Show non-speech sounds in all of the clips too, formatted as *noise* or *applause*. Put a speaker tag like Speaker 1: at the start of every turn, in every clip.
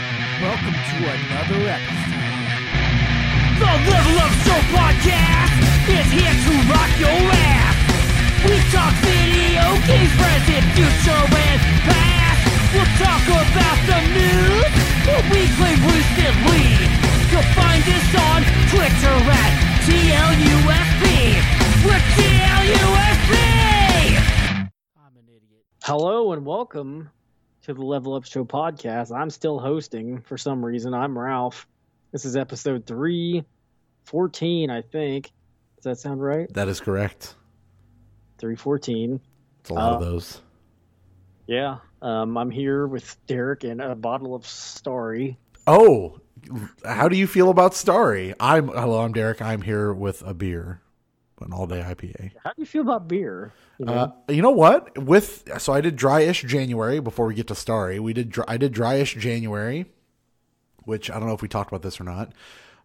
Speaker 1: welcome to another episode. The Little Love Show podcast is here to rock your ass. We talk video games, present, future, and past. We'll talk about the news, what we play recently. You'll find us on Twitter at TLUFB. We're TLUFB. I'm an idiot.
Speaker 2: Hello and welcome to the Level Up Show podcast. I'm still hosting for some reason. I'm Ralph. This is episode 314, I think. Does that sound right?
Speaker 3: That is correct.
Speaker 2: 314.
Speaker 3: It's a lot of
Speaker 2: Uh,
Speaker 3: those.
Speaker 2: Yeah. Um, I'm here with Derek and a bottle of Starry.
Speaker 3: Oh, how do you feel about Starry? I'm hello. I'm Derek. I'm here with a beer, an all day IPA.
Speaker 2: How do you feel about beer? You know,
Speaker 3: Uh, you know what? With so I did dryish January before we get to Starry. We did dry, I did dryish January, which I don't know if we talked about this or not.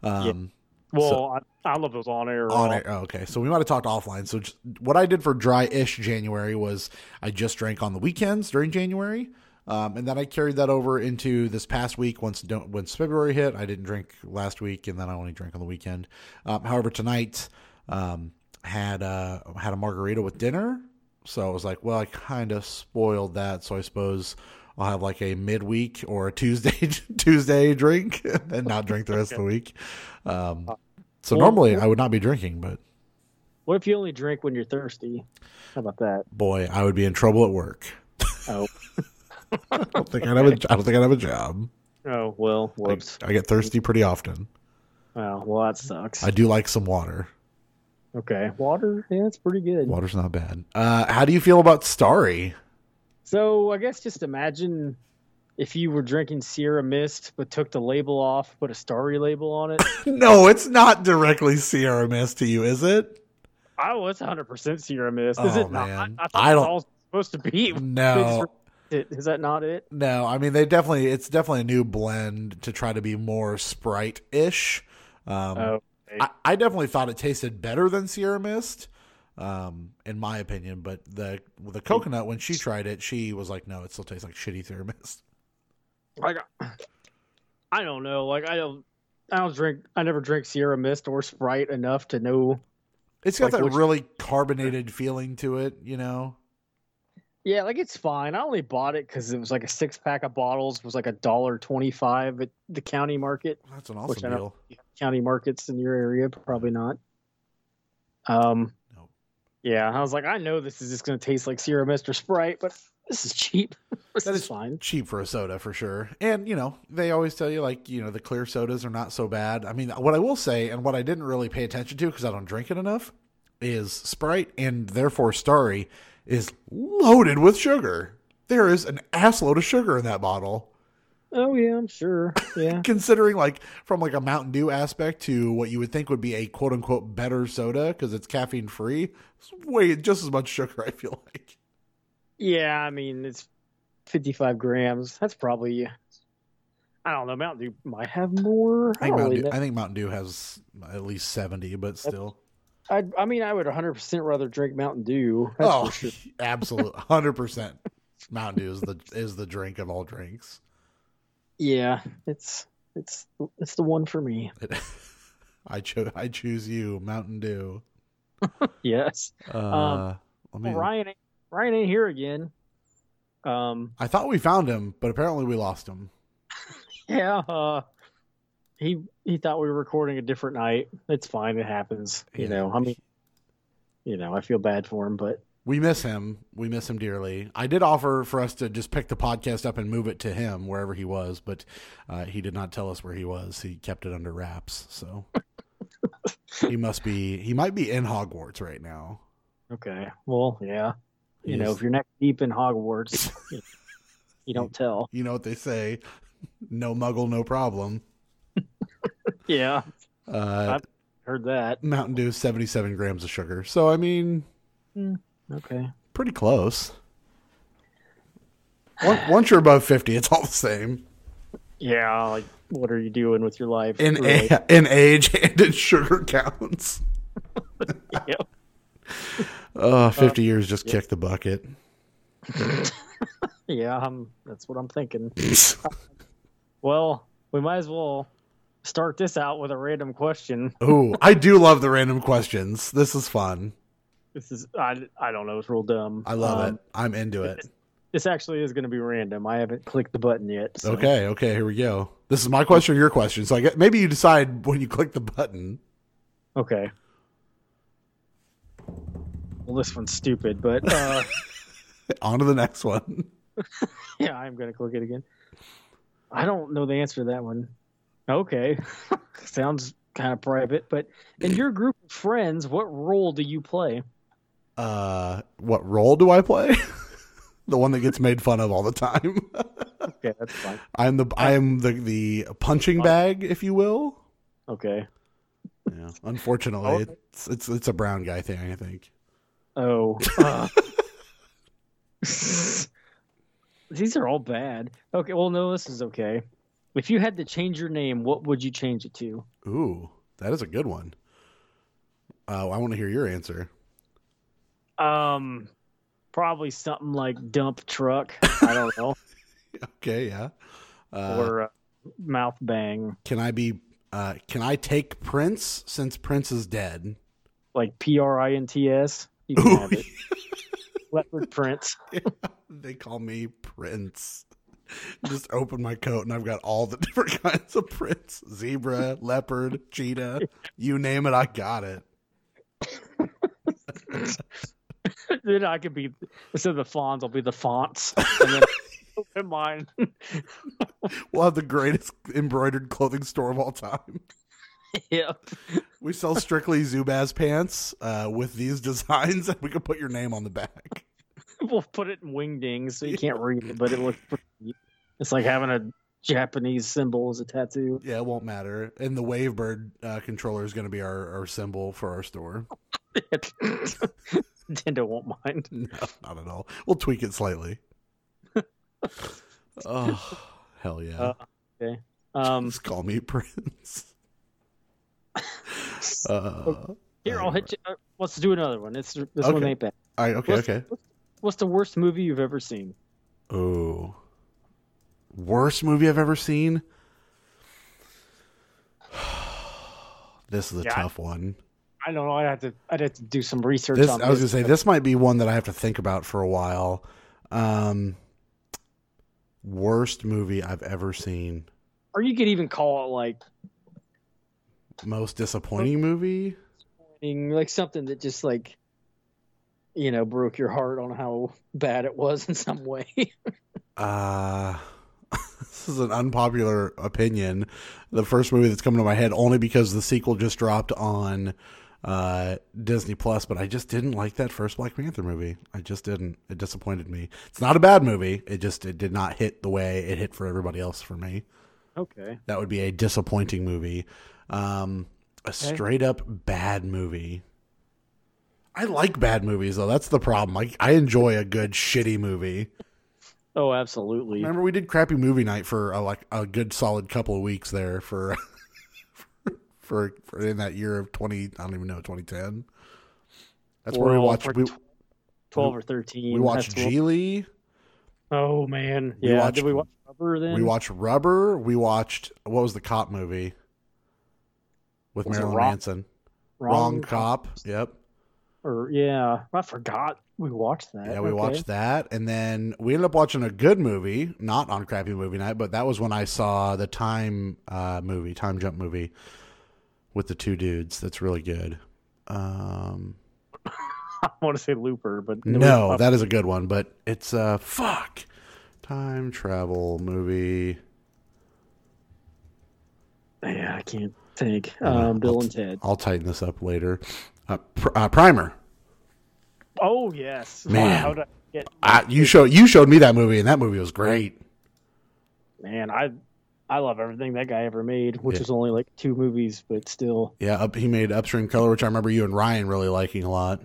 Speaker 3: Um,
Speaker 4: Well, I, I don't know if it was on air. Or
Speaker 3: on
Speaker 4: off.
Speaker 3: it. Oh, okay, so we might have talked offline. So just, what I did for dry-ish January was I just drank on the weekends during January, um, and then I carried that over into this past week. Once don't, once February hit, I didn't drink last week, and then I only drank on the weekend. Um, however, tonight um, had uh, had a margarita with dinner, so I was like, well, I kind of spoiled that. So I suppose. I'll have like a midweek or a Tuesday *laughs* Tuesday drink *laughs* and not drink the rest of the week. Um, so
Speaker 2: Uh, Well,
Speaker 3: normally I would not be drinking, but
Speaker 2: what if you only drink when you're thirsty? How about that?
Speaker 3: boy, I would be in trouble at work.
Speaker 2: Oh,
Speaker 3: I don't think I'd have a, I don't think I'd have a job.
Speaker 2: oh well,
Speaker 3: Like,
Speaker 2: whoops.
Speaker 3: I get thirsty pretty often.
Speaker 2: Oh, well, that sucks.
Speaker 3: I do like some water.
Speaker 2: okay. Water? Yeah, it's pretty good.
Speaker 3: Water's not bad. Uh, how do you feel about Starry?
Speaker 2: So I guess just imagine if you were drinking Sierra Mist but took the label off, put a starry label on it.
Speaker 3: No, it's not directly Sierra Mist to you, is it?
Speaker 2: *laughs* I was 100% Sierra Mist. Is
Speaker 3: Oh,
Speaker 2: it not?
Speaker 3: man.
Speaker 2: I, I
Speaker 3: I
Speaker 2: thought it's
Speaker 3: don't-
Speaker 2: all supposed to be. They
Speaker 3: *laughs*
Speaker 2: just
Speaker 3: No,
Speaker 2: removed it. Is that not it?
Speaker 3: no. I mean, they definitely it's definitely a new blend to try to be more Sprite ish. Um,
Speaker 2: Oh,
Speaker 3: I, I definitely thought it tasted better than Sierra Mist, um, in my opinion. But the the coconut when she tried it, she was like, "No, it still tastes like shitty Sierra Mist."
Speaker 2: like I don't know. Like I don't. I don't drink. I never drink Sierra Mist or Sprite enough to know.
Speaker 3: It's got
Speaker 2: Like
Speaker 3: that
Speaker 2: which-
Speaker 3: really carbonated feeling to it, you know.
Speaker 2: Yeah, like it's fine. I only bought it because it was like a six pack of bottles was like a dollar twenty five at the county market.
Speaker 3: That's an
Speaker 2: Which I
Speaker 3: awesome
Speaker 2: don't-
Speaker 3: deal.
Speaker 2: county markets in your area probably not um
Speaker 3: Nope.
Speaker 2: yeah i was like i know this is just going to taste like sierra mist or sprite but this is cheap *laughs* this
Speaker 3: That
Speaker 2: is
Speaker 3: is-
Speaker 2: fine
Speaker 3: *laughs* Cheap for a soda for sure, and you know they always tell you like you know the clear sodas are not so bad. I mean, what I will say, and what I didn't really pay attention to because I don't drink it enough, is Sprite and therefore Starry is loaded with sugar. There is an ass load of sugar in that bottle.
Speaker 2: oh yeah i'm sure yeah
Speaker 3: considering like from like a Mountain Dew aspect to what you would think would be a quote unquote better soda because it's caffeine free, it's way just as much sugar. *laughs* I feel like
Speaker 2: yeah i mean it's 55 grams that's probably i don't know mountain dew might have
Speaker 3: I
Speaker 2: more i,
Speaker 3: think,
Speaker 2: don't
Speaker 3: Mountain
Speaker 2: really
Speaker 3: Dew,
Speaker 2: know.
Speaker 3: I think Mountain Dew has at least seventy, but still,
Speaker 2: I, I mean i would 100% rather drink mountain dew that's
Speaker 3: oh,
Speaker 2: for sure.
Speaker 3: *laughs* absolute hundred percent. Mountain Dew is the is the drink of all drinks.
Speaker 2: yeah it's it's it's the one for me
Speaker 3: It- *laughs* I chose I choose you, Mountain Dew.
Speaker 2: yes
Speaker 3: Uh, let me.
Speaker 2: Um, ryan ain't- ryan ain't here again um
Speaker 3: I thought we found him, but apparently we lost him.
Speaker 2: Yeah, uh, he he thought we were recording a different night. It's fine. It happens. You
Speaker 3: Yeah.
Speaker 2: know. I mean, you know, I feel bad for him, but
Speaker 3: We miss him. We miss him dearly. I did offer for us to just pick the podcast up and move it to him wherever he was, but uh, he did not tell us where he was. He kept it under wraps. So he must be. He might be in Hogwarts right now.
Speaker 2: okay. Well, yeah. You know,
Speaker 3: He's-
Speaker 2: if you're neck deep in Hogwarts,
Speaker 3: *laughs*
Speaker 2: you- you don't tell.
Speaker 3: you know what they say: no muggle, no problem.
Speaker 2: Yeah,
Speaker 3: Uh,
Speaker 2: heard that.
Speaker 3: Mountain Dew seventy-seven grams of sugar. So I mean,
Speaker 2: Okay.
Speaker 3: pretty close. Once, once you're above fifty, it's all the same
Speaker 2: Yeah, like what are you doing with your life?
Speaker 3: in *laughs*
Speaker 2: really?
Speaker 3: a, in age and in sugar counts.
Speaker 2: Yeah.
Speaker 3: Uh, 50 years just kicked the bucket.
Speaker 2: um, Yeah, I'm, that's what I'm thinking.
Speaker 3: That's
Speaker 2: Well, we might as well start this out with a random question.
Speaker 3: *laughs* Ooh, I do love the random questions. This is fun.
Speaker 2: This is I, I don't know, it's real dumb.
Speaker 3: I love
Speaker 2: Um,
Speaker 3: it. I'm into *laughs* it.
Speaker 2: This actually is going to be random. I haven't clicked the button yet. so-
Speaker 3: Okay, okay, here we go. This is my question or your question. So I get, maybe you decide when you click the button.
Speaker 2: Okay. Well, this one's stupid, but uh,
Speaker 3: On to the next one.
Speaker 2: yeah, I'm gonna click it again. I don't know the answer to that one. Okay, *laughs* sounds kind of private, but in your group of friends, what role do you play?
Speaker 3: *laughs* Uh, what role do I play? *laughs* the one that gets made fun of all the time. *laughs*
Speaker 2: Okay, that's fine.
Speaker 3: I'm the I am the the punching bag, if you will.
Speaker 2: Okay.
Speaker 3: Yeah. Oh. Unfortunately, it's it's it's a brown guy thing. I think.
Speaker 2: Oh. uh. *laughs* These are all bad. Okay, well, no, this is okay. If you had to change your name, what would you change it to?
Speaker 3: Ooh, that is a good one. Uh, I want to hear your answer. *laughs*
Speaker 2: Um, probably something like dump truck. I don't know,
Speaker 3: Okay, yeah. Uh,
Speaker 2: or uh, mouth bang,
Speaker 3: can I be? Uh, can I take Prince since Prince is dead?
Speaker 2: like P R I N T S. You can have it. Leopard print.
Speaker 3: They call me Prince. Just open my coat and I've got all the *laughs* different kinds of prints: zebra, leopard, cheetah. You name it, I got it.
Speaker 2: *laughs* then I could be instead of the fonts, I'll be the fonts. And then *laughs* open mine.
Speaker 3: We'll have the greatest embroidered clothing store of all time.
Speaker 2: yep.
Speaker 3: We sell strictly Zubaz pants uh, with these *laughs* designs, and we can put your name on the back.
Speaker 2: We'll put it in wingdings so you can't read it, but it looks pretty. neat. It's like having a Japanese symbol as a tattoo. *laughs*
Speaker 3: Yeah, it won't matter. And the Wavebird uh, controller is going to be our, our symbol for our store.
Speaker 2: Nintendo won't mind.
Speaker 3: No, not at all. We'll tweak it slightly. oh, hell yeah.
Speaker 2: Uh, Um,
Speaker 3: Just call me Prince. Uh,
Speaker 2: here, I'll hit you. Uh, let's do another one. It's this one
Speaker 3: Okay.
Speaker 2: ain't bad.
Speaker 3: all right, okay,
Speaker 2: Let's-
Speaker 3: okay.
Speaker 2: What's the worst movie you've ever seen?
Speaker 3: Oh. Worst movie I've ever seen? *sighs* this is a
Speaker 4: Yeah.
Speaker 3: tough one.
Speaker 2: I don't know. I'd have to. I'd have to do some research
Speaker 3: This
Speaker 2: on
Speaker 3: I was going
Speaker 2: this.
Speaker 3: to say this might be one that I have to think about for a while. Um worst movie I've ever seen.
Speaker 2: Or you could even call it like
Speaker 3: Most disappointing movie?
Speaker 2: thing- like something that just like you know broke your heart on how bad it was in some way. *laughs*
Speaker 3: Uh *laughs* this is an unpopular opinion. The first movie that's coming to my head only because the sequel just dropped on uh Disney Plus, but I just didn't like that first Black Panther movie. I just didn't. It disappointed me. It's not a bad movie. It just it did not hit the way it hit for everybody else for me.
Speaker 2: okay.
Speaker 3: That would be a disappointing movie. Um a straight up bad movie. I like bad movies though. That's the problem. I I enjoy a good shitty movie.
Speaker 2: Oh, absolutely.
Speaker 3: Remember, we did crappy movie night for a, like a good solid couple of weeks there for, *laughs* for for in that year of twenty. I don't even know twenty ten. That's where we
Speaker 2: Well,
Speaker 3: watched
Speaker 2: for
Speaker 3: we,
Speaker 2: tw- Twelve or thirteen.
Speaker 3: we watched
Speaker 2: that's what-
Speaker 3: Geely,
Speaker 2: Oh man.
Speaker 3: We
Speaker 2: yeah.
Speaker 3: watched-
Speaker 2: did we watch Rubber then?
Speaker 3: we watched Rubber, we watched what was the cop movie with
Speaker 2: Was it
Speaker 3: Marilyn
Speaker 2: Wrong-
Speaker 3: Manson? Wrong, cop. Yep.
Speaker 2: Or yeah, I forgot we watched that.
Speaker 3: Yeah, we
Speaker 2: Okay.
Speaker 3: watched that, and then we ended up watching a good movie, not on crappy movie night, but that was when I saw the time uh, movie, time jump movie, with the two dudes. That's really good. Um,
Speaker 2: *laughs* I want to say Looper, but
Speaker 3: no, that is a good one, but it's uh, fuck time travel movie.
Speaker 2: yeah, I can't think.
Speaker 3: Uh,
Speaker 2: Um, Bill and Ted.
Speaker 3: I'll tighten this up later. Uh, pr- uh, Primer.
Speaker 2: Oh yes.
Speaker 3: Man.
Speaker 2: How'd I get
Speaker 3: Uh, you show you showed me that movie, and that movie was great.
Speaker 2: man, I I love everything that guy ever made, which
Speaker 3: Yeah.
Speaker 2: is only like two movies, but still,
Speaker 3: Yeah, up, he made Upstream Color, which I remember you and Ryan really liking a lot.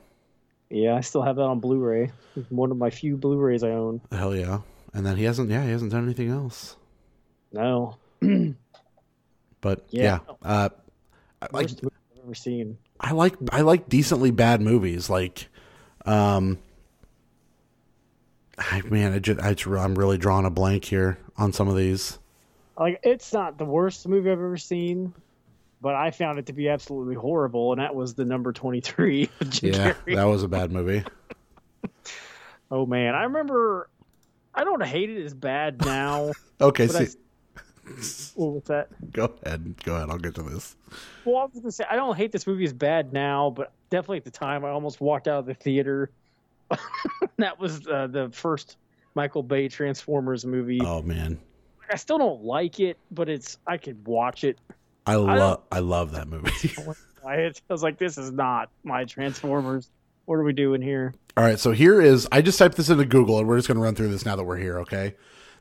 Speaker 2: yeah, I still have that on Blu-ray. It's One of my few Blu-rays I own.
Speaker 3: Hell yeah! And then he hasn't. Yeah, he hasn't done anything else.
Speaker 2: No,
Speaker 3: But yeah,
Speaker 2: Yeah.
Speaker 3: uh, I, like
Speaker 2: worst movie I've ever seen.
Speaker 3: I like I like decently bad movies. Like, um, I, man, I just, I, I'm really drawing a blank here on some of these.
Speaker 2: like it's not the worst movie I've ever seen, but I found it to be absolutely horrible, and that was the number twenty three.
Speaker 3: Yeah, *laughs* that was a bad movie.
Speaker 2: Oh man, I remember. I don't hate it as
Speaker 3: *laughs*
Speaker 2: bad now.
Speaker 3: Okay,
Speaker 2: but I,
Speaker 3: see,
Speaker 2: what was that?
Speaker 3: go ahead, go ahead. I'll get to this.
Speaker 2: Well, I was gonna say I don't hate this movie as bad now, but definitely at the time I almost walked out of the theater. *laughs* that was uh, the first Michael Bay Transformers movie.
Speaker 3: Oh man,
Speaker 2: I still don't like it, but it's I could watch it.
Speaker 3: I love I love that movie. *laughs*
Speaker 2: I was like, this is not my Transformers. What are we doing here?
Speaker 3: All right, so here is I just typed this into Google and we're just going to run through this now that we're here, okay?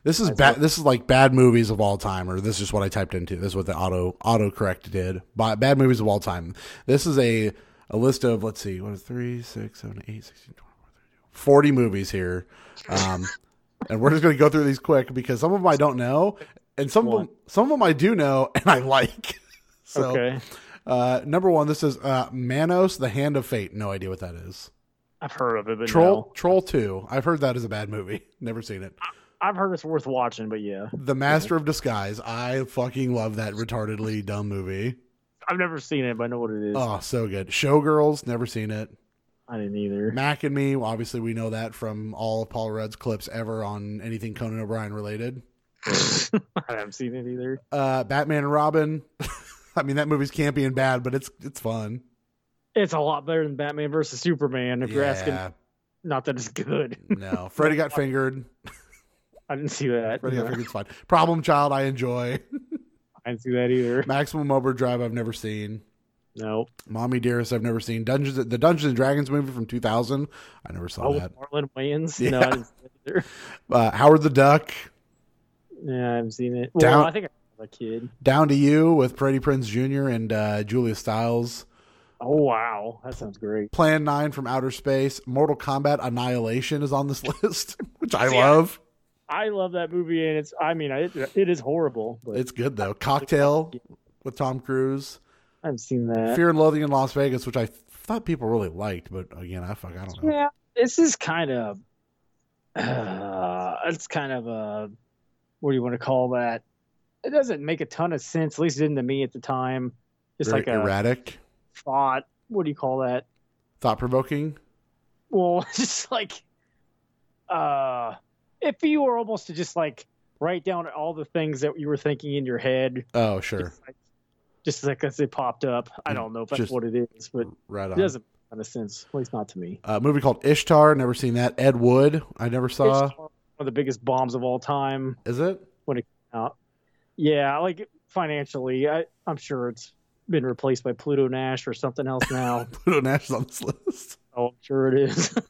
Speaker 3: This is bad this is like bad movies of all time or this is just what I typed into. This is what the auto autocorrect did. Ba- Bad movies of all time. This is a a list of let's see, what is 3 6 7 8 16 20 40 movies here. Um and we're just going to go through these quick because some of them I don't know and some of them some of them I do know *laughs* and I like. so
Speaker 2: okay,
Speaker 3: uh number 1 this is uh Manos the Hand of Fate. No idea what that is.
Speaker 4: I've heard of it, but
Speaker 3: Troll
Speaker 4: no.
Speaker 3: Troll Two. I've heard that is a bad movie. *laughs* Never seen it.
Speaker 2: I've heard it's worth watching, but yeah,
Speaker 3: The Master of Disguise. I fucking love that retardedly dumb movie.
Speaker 2: I've never seen it, but I know what it is.
Speaker 3: Oh, so good. Showgirls. Never seen it.
Speaker 2: I didn't either.
Speaker 3: Mac and Me. well, Obviously, we know that from all of Paul Rudd's clips ever on anything Conan O'Brien related.
Speaker 2: *laughs* I haven't seen it either.
Speaker 3: Uh, Batman and Robin. *laughs* I mean, that movie's campy and bad, but it's it's fun.
Speaker 2: It's a lot better than Batman versus Superman. If you're asking, not that it's good.
Speaker 3: no. Freddy
Speaker 4: *laughs*
Speaker 3: got fingered.
Speaker 2: I didn't see that.
Speaker 3: Freddy got fingered's fine. Problem Child. I enjoy. *laughs*
Speaker 2: I didn't see that either.
Speaker 3: Maximum Overdrive. I've never seen.
Speaker 2: No.
Speaker 3: Mommy Dearest, I've never seen Dungeons. The Dungeons and Dragons movie from 2000, I never saw
Speaker 2: Oh, with
Speaker 3: that.
Speaker 2: Marlon Wayans.
Speaker 3: Yeah.
Speaker 2: No, I didn't see that either.
Speaker 3: Uh, Howard the Duck,
Speaker 2: Yeah, I haven't seen it. Well,
Speaker 3: Down-
Speaker 2: I think I was a kid.
Speaker 3: Down to You with Freddie Prinze Jr. and uh, Julia Stiles,
Speaker 2: Oh wow, that sounds great.
Speaker 3: Plan Nine from Outer Space, Mortal Kombat Annihilation is on this *laughs* list, which I
Speaker 2: See, I-
Speaker 3: love.
Speaker 2: I love that movie, and it's. I mean, I, it is horrible, but
Speaker 3: It's good though. Cocktail with Tom Cruise,
Speaker 2: I haven't seen that.
Speaker 3: Fear and Loathing in Las Vegas, which I thought people really liked, but again, I fuck, I don't know.
Speaker 2: Yeah, this is kind of. Uh, it's kind of a. What do you want to call that? It doesn't make a ton of sense. At least it didn't to me at the time. It's
Speaker 3: Very
Speaker 2: like a
Speaker 3: erratic,
Speaker 2: thought. What do you call that?
Speaker 3: thought provoking.
Speaker 2: well *laughs* it's just like uh if you were almost to just like write down all the things that you were thinking in your head
Speaker 3: Oh sure, Mm,
Speaker 2: just, like, just like as it popped up i don't know if that's
Speaker 3: Just- uh-huh.
Speaker 2: what it is but
Speaker 3: right
Speaker 2: it
Speaker 3: on.
Speaker 2: doesn't make a ton of sense at least not to me
Speaker 3: A movie called Ishtar, never seen that. Ed Wood, I never saw.
Speaker 2: it's one of the biggest bombs of all time Uh,
Speaker 3: Is it?
Speaker 2: yeah like financially i i'm sure it's been replaced by pluto nash or something
Speaker 3: *laughs*
Speaker 2: else now
Speaker 3: Pluto Nash is on this list.
Speaker 2: oh i'm sure it is *laughs*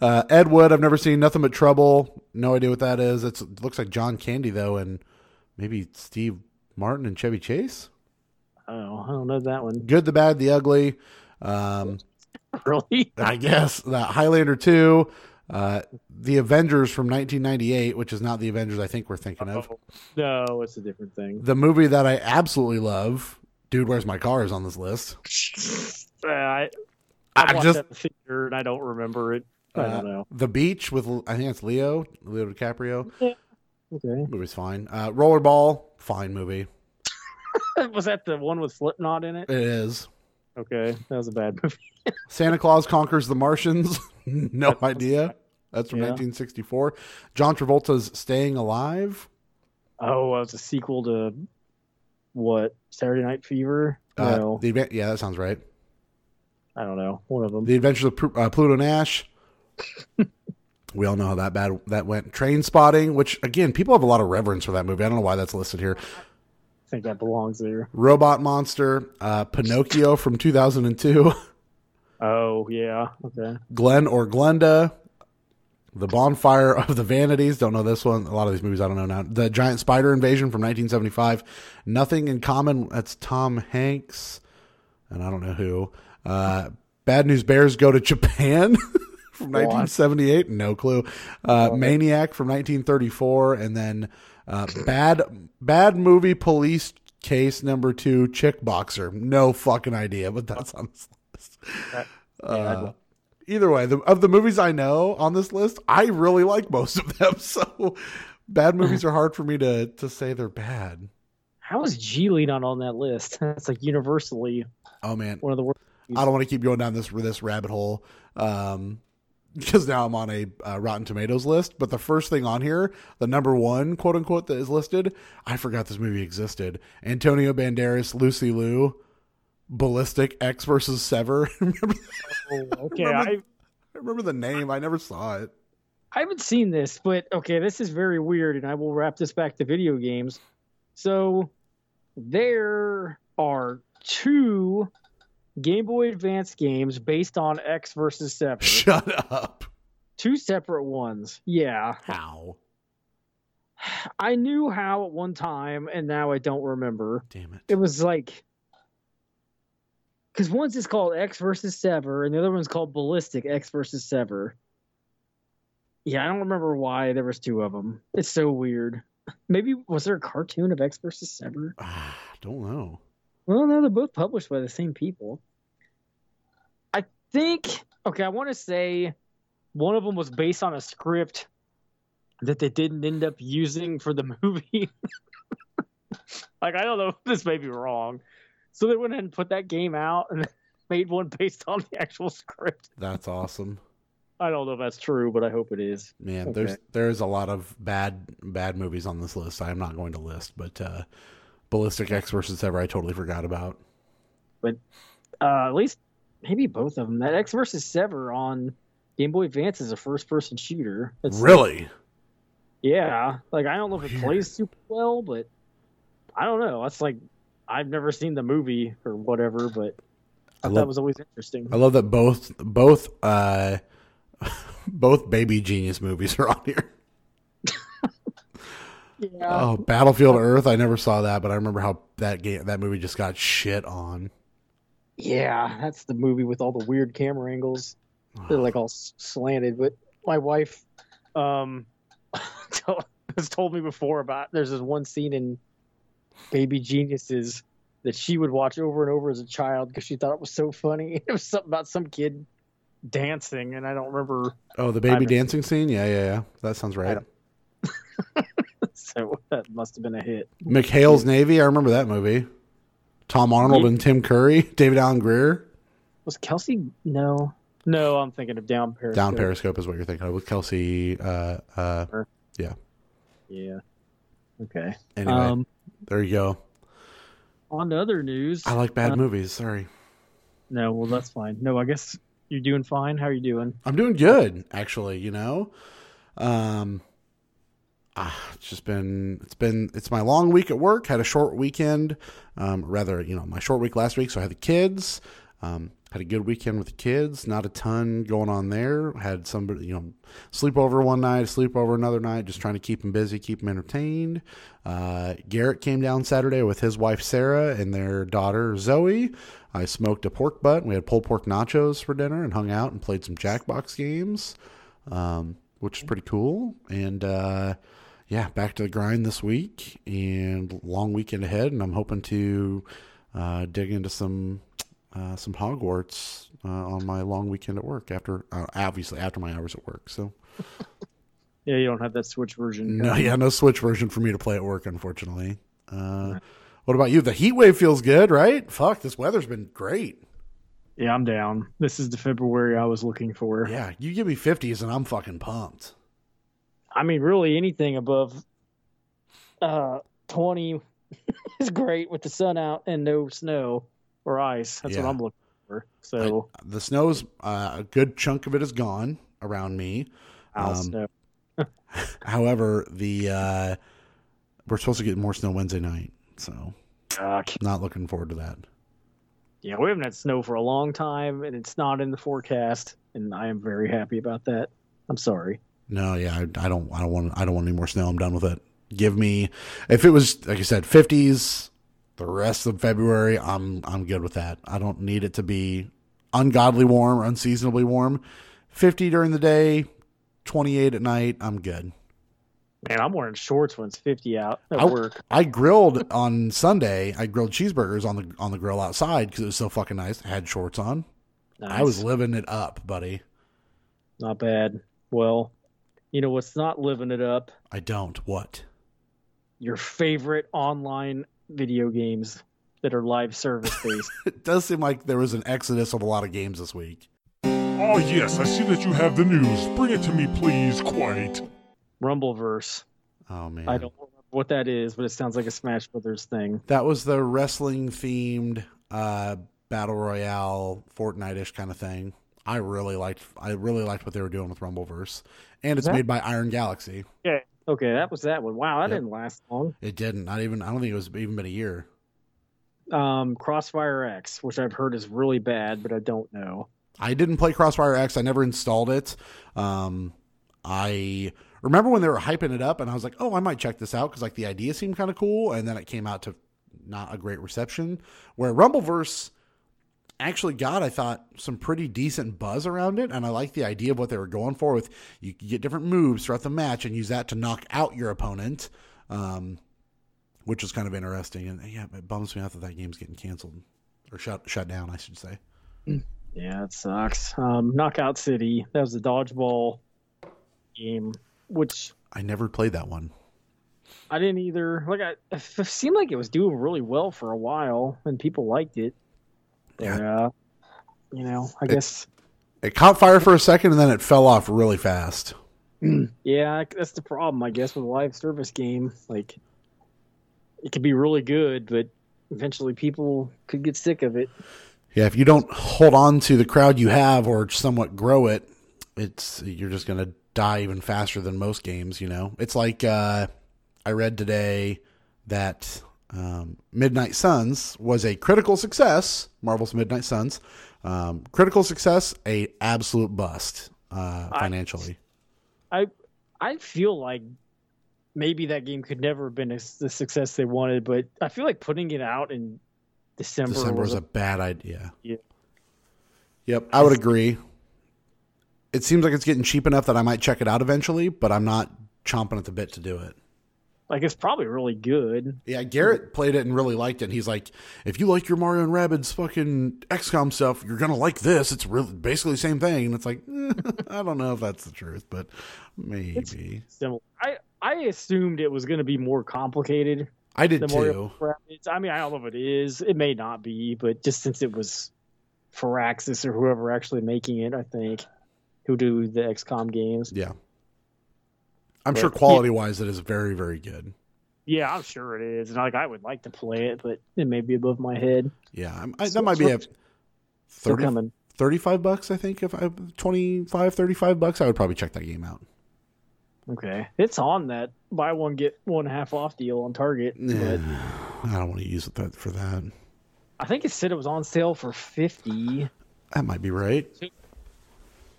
Speaker 3: Uh, Ed Wood, I've never seen nothing but trouble. No idea what that is. It's, it looks like John Candy though, and maybe Steve Martin and Chevy Chase.
Speaker 2: oh i don't know that one *laughs*
Speaker 3: Good, the bad, the ugly. Um,
Speaker 2: really
Speaker 3: I guess the Highlander two, uh, the Avengers from 1998, which is not the Avengers I think we're thinking of.
Speaker 2: no it's a different thing
Speaker 3: The movie that I absolutely love, Dude, Where's My Car, is on this list.
Speaker 2: Uh, I-
Speaker 3: I
Speaker 2: I watched
Speaker 3: just-
Speaker 2: that in the theater and I don't remember it. I
Speaker 3: Uh,
Speaker 2: don't know.
Speaker 3: The Beach with I think it's Leo, Leo DiCaprio.
Speaker 2: Okay.
Speaker 3: Movie's fine. Uh, Rollerball, fine movie.
Speaker 2: *laughs* Was that the one with Slipknot in it?
Speaker 3: It is.
Speaker 2: Okay, that was a bad movie.
Speaker 3: Santa Claus Conquers the Martians. *laughs* no idea. That's from
Speaker 2: Yeah.
Speaker 3: 1964. John Travolta's Staying Alive.
Speaker 2: Oh, it was a sequel to what Saturday Night Fever?
Speaker 3: Uh,
Speaker 2: no,
Speaker 3: the Advan- yeah, that sounds right.
Speaker 2: I don't know. One of them.
Speaker 3: The Adventures of Pru- uh, Pluto
Speaker 2: *laughs*
Speaker 3: Nash. we all know how that bad that went. Train Spotting, which again, people have a lot of reverence for that movie. I don't know why that's listed here.
Speaker 2: I think that belongs there.
Speaker 3: Robot Monster, uh, Pinocchio from 2002. *laughs*
Speaker 2: Oh yeah. Okay.
Speaker 3: Glenn or Glenda. The Bonfire of the Vanities. Don't know this one. A lot of these movies I don't know now. The Giant Spider Invasion from 1975. Nothing in Common. That's Tom Hanks. And I don't know who. Uh, Bad News Bears Go to Japan *laughs* from 1978. No clue. Uh, Maniac from 1934. And then uh, Bad Bad Movie Police Case Number Two Chick Boxer. No fucking idea, but that's on this list.
Speaker 2: I'd
Speaker 3: Uh, either way, the, of the movies I know on this list, I really like most of them. *laughs* So Bad movies are hard for me to to say they're bad.
Speaker 2: How is Geely not on that list? *laughs* That's like universally
Speaker 3: Oh man,
Speaker 2: one of the worst.
Speaker 3: I don't want to keep going down this this rabbit hole. Um, because now I'm on a uh, Rotten Tomatoes list, but the first thing on here, the number one quote unquote that is listed, I forgot this movie existed. Antonio Banderas, Lucy Liu, Ballistic X versus Sever. *laughs* I remember-
Speaker 2: Oh,
Speaker 3: *laughs*
Speaker 2: okay,
Speaker 3: Remember-
Speaker 2: I
Speaker 3: I remember the name. I never saw it.
Speaker 2: I haven't seen this, but okay, this is very weird, and I will wrap this back to video games. So there are two Game Boy Advance games based on X versus Sever.
Speaker 3: Shut up.
Speaker 2: two separate ones. Yeah.
Speaker 3: How?
Speaker 2: I knew how at one time, and now I don't remember.
Speaker 3: Damn
Speaker 2: It
Speaker 3: it.
Speaker 2: was like. Because one's is called X versus Sever, and the other one's called Ballistic X versus Sever. Yeah, I don't remember why there was two of them. It's so weird. Maybe was there a cartoon of X versus Sever?
Speaker 3: Ah, don't know.
Speaker 2: Well, no, they're both published by the same people. I think. Okay, I want to say one of them was based on a script that they didn't end up using for the *laughs* movie. like, I don't know. This may be wrong. So they went ahead and put that game out and *laughs* made one based on the actual script.
Speaker 3: That's awesome.
Speaker 2: I don't know if that's true, but I hope it is.
Speaker 3: Man,
Speaker 2: Okay.
Speaker 3: there's there's a lot of bad bad movies on this list. I am not going to list, but uh Ballistic X versus Sever I totally forgot about.
Speaker 2: Uh, at least maybe both of them. That X versus Sever on Game Boy Advance is a first-person shooter. It's
Speaker 3: really?
Speaker 2: Yeah, like I don't know if it
Speaker 3: Weird.
Speaker 2: plays super well, but I don't know. That's like I've never seen the movie or whatever, but I
Speaker 3: I
Speaker 2: thought
Speaker 3: love-
Speaker 2: that was always interesting.
Speaker 3: I love that both both uh *laughs* both baby genius movies are on here.
Speaker 2: Yeah,
Speaker 3: Oh, Battlefield Earth, I never saw that, but I remember how that game that movie just got shit on.
Speaker 2: yeah, that's the movie with all the weird camera angles. They're like all s- slanted. But my wife, um, *laughs* tell- has told me before about there's this one scene in Baby Geniuses that she would watch over and over as a child because she thought it was so funny. *laughs* It was something about some kid dancing, and I don't remember.
Speaker 3: *sighs*
Speaker 2: *laughs*
Speaker 3: Oh, the baby
Speaker 2: I've-
Speaker 3: dancing scene? Yeah, yeah, yeah. That sounds right.
Speaker 2: so that must have been a hit.
Speaker 3: McHale's Navy, I remember that movie. Tom Arnold and Tim Curry, *laughs* David Allen Greer.
Speaker 2: Was Kelsey? No, no, I'm thinking of Down Paris.
Speaker 3: Down Periscope is what you're thinking of with Kelsey. Uh, uh,
Speaker 2: Yeah. Okay.
Speaker 3: anyway,
Speaker 2: Um,
Speaker 3: there you go.
Speaker 2: on to other news.
Speaker 3: I like bad
Speaker 2: uh,
Speaker 3: movies. Sorry.
Speaker 2: No, well that's fine. No, I guess you're doing fine. How are you doing?
Speaker 3: I'm doing good, actually. You know, um, ah, it's just been it's been it's my long week at work. Had a short weekend, um, rather you know my short week last week. So I had the kids. Um, had a good weekend with the kids. Not a ton going on there. Had somebody you know sleepover one night, sleepover another night. Just trying to keep them busy, keep them entertained. Uh, Garrett came down Saturday with his wife Sarah and their daughter Zoe. I smoked a pork butt. and We had pulled pork nachos for dinner and hung out and played some Jackbox games, um, which is pretty cool. And uh, yeah, back to the grind this week and long weekend ahead. And I'm hoping to uh, dig into some uh, some Hogwarts uh, on my long weekend at work after uh, obviously after my hours at work. So
Speaker 2: Yeah, you don't have that Switch version.
Speaker 3: no, yeah, no Switch version for me to play at work, unfortunately. Uh, what about you? The heat wave feels good, right? Fuck, this weather's been great.
Speaker 2: Yeah, I'm down. This is the February I was looking for.
Speaker 3: Yeah, you give me 50s and I'm fucking pumped.
Speaker 2: I mean, really anything above uh 20 *laughs* is great with the sun out and no snow or ice. That's
Speaker 3: Yeah.
Speaker 2: what I'm looking for. So
Speaker 3: The snow's uh, a good chunk of it is gone around me.
Speaker 2: I'll
Speaker 3: Um,
Speaker 2: snow.
Speaker 3: However, the uh, we're supposed to get more snow Wednesday night, so
Speaker 2: Fuck.
Speaker 3: not looking forward to that.
Speaker 2: Yeah, we haven't had snow for a long time, and it's not in the forecast, and I am very happy about that. I'm sorry.
Speaker 3: No, yeah, I, I don't, I don't want, I don't want any more snow. I'm done with it. Give me, if it was like I said, 50s, the rest of February, I'm, I'm good with that. I don't need it to be ungodly warm, or unseasonably warm. 50 during the day, 28 at night, I'm good.
Speaker 2: Man, I'm wearing shorts when it's 50 out at
Speaker 3: I-
Speaker 2: work.
Speaker 3: I grilled *laughs* on Sunday. I grilled cheeseburgers on the on the grill outside because it was so fucking nice. I had shorts on. I was
Speaker 2: Nice.
Speaker 3: living it up, buddy.
Speaker 2: not bad. Well, You know what's not living it up?
Speaker 3: I don't. What? *laughs*
Speaker 2: Your favorite online video games that are live service
Speaker 3: *laughs*
Speaker 2: based.
Speaker 3: It does seem like there was an exodus of a lot of games this week.
Speaker 5: Oh, yes, I see that you have the news. Bring it to me, please, quite.
Speaker 2: Rumbleverse.
Speaker 3: Oh man,
Speaker 2: I don't remember what that is, but it sounds like a Smash Brothers thing.
Speaker 3: That was the wrestling themed uh, battle royale, Fortnite ish kind of thing. I really liked. I really liked what they were doing with Rumbleverse, and it's
Speaker 2: That-
Speaker 3: made by Iron Galaxy.
Speaker 2: Okay, that was that one. Wow, that
Speaker 3: Yep.
Speaker 2: didn't last long.
Speaker 3: It didn't. Not even. I don't think it was even been a year.
Speaker 2: Um, Crossfire X, which I've heard is really bad, but I don't know.
Speaker 3: I didn't play Crossfire X. I never installed it. Um, I remember when they were hyping it up, and I was like, "Oh, I might check this out" because like the idea seemed kind of cool. And then it came out to not a great reception. Where Rumbleverse actually got, I thought, some pretty decent buzz around it, and I liked the idea of what they were going for. With you could get different moves throughout the match and use that to knock out your opponent, um, which is kind of interesting. And yeah, it bums me out that that game's getting canceled or shut shut down. I should say.
Speaker 2: Yeah, it sucks. Um, Knockout City, that was a dodgeball game, which
Speaker 3: I never played that one.
Speaker 2: I didn't either. Like, I, it f- seemed like it was doing really well for a while, and people liked it.
Speaker 3: Yeah.
Speaker 2: Yeah. you know, I guess.
Speaker 3: It caught fire for a second and then it fell off really fast.
Speaker 2: Yeah, I- that's the problem, I guess, with a live service game. Like, it could be really good, but eventually people could get sick of it.
Speaker 3: Yeah, if you don't hold on to the crowd you have or somewhat grow it, it's you're just gonna die even faster than most games. You know, it's like uh, I read today that um, Midnight Suns was a critical success. Marvel's Midnight Suns, um, critical success, a absolute bust uh,
Speaker 2: I-
Speaker 3: financially.
Speaker 2: I feel like maybe that game could never have been a, the success they wanted, but I feel like putting it out in December,
Speaker 3: December
Speaker 2: was
Speaker 3: was a bad idea.
Speaker 2: Yeah.
Speaker 3: Yep, I would agree. It seems like it's getting cheap enough that I might check it out eventually, but I'm not chomping at the bit to do it.
Speaker 2: like it's probably really good.
Speaker 3: Yeah, Garrett played it and really liked it. And he's like, if you like your Mario and Rabbids fucking XCOM stuff, you're gonna like this. It's really basically the same thing. And it's like, *laughs* eh, I don't know if that's the truth, but maybe
Speaker 2: Similar. I I assumed it was going to be more complicated
Speaker 3: I did
Speaker 2: than
Speaker 3: too.
Speaker 2: Mario Rabbids. I mean, I don't know if it is. It may not be, but just since it was Firaxis or whoever actually making it, I think who do the XCOM games.
Speaker 3: Yeah, I'm
Speaker 2: But-
Speaker 3: sure quality wise, it is very very good.
Speaker 2: Yeah, I'm sure it is. And like I would like to play it, but it may be above my head.
Speaker 3: Yeah, I'm, I,
Speaker 2: So-
Speaker 3: that might be
Speaker 2: so-
Speaker 3: a
Speaker 2: Still
Speaker 3: 30,
Speaker 2: coming.
Speaker 3: 35 bucks i think if i 25 35 bucks i would probably check that game out
Speaker 2: Okay, it's on that buy one get one half off deal on Target. But
Speaker 3: i don't want to use it that for that
Speaker 2: I think it said it was on sale for fifty.
Speaker 3: that might be right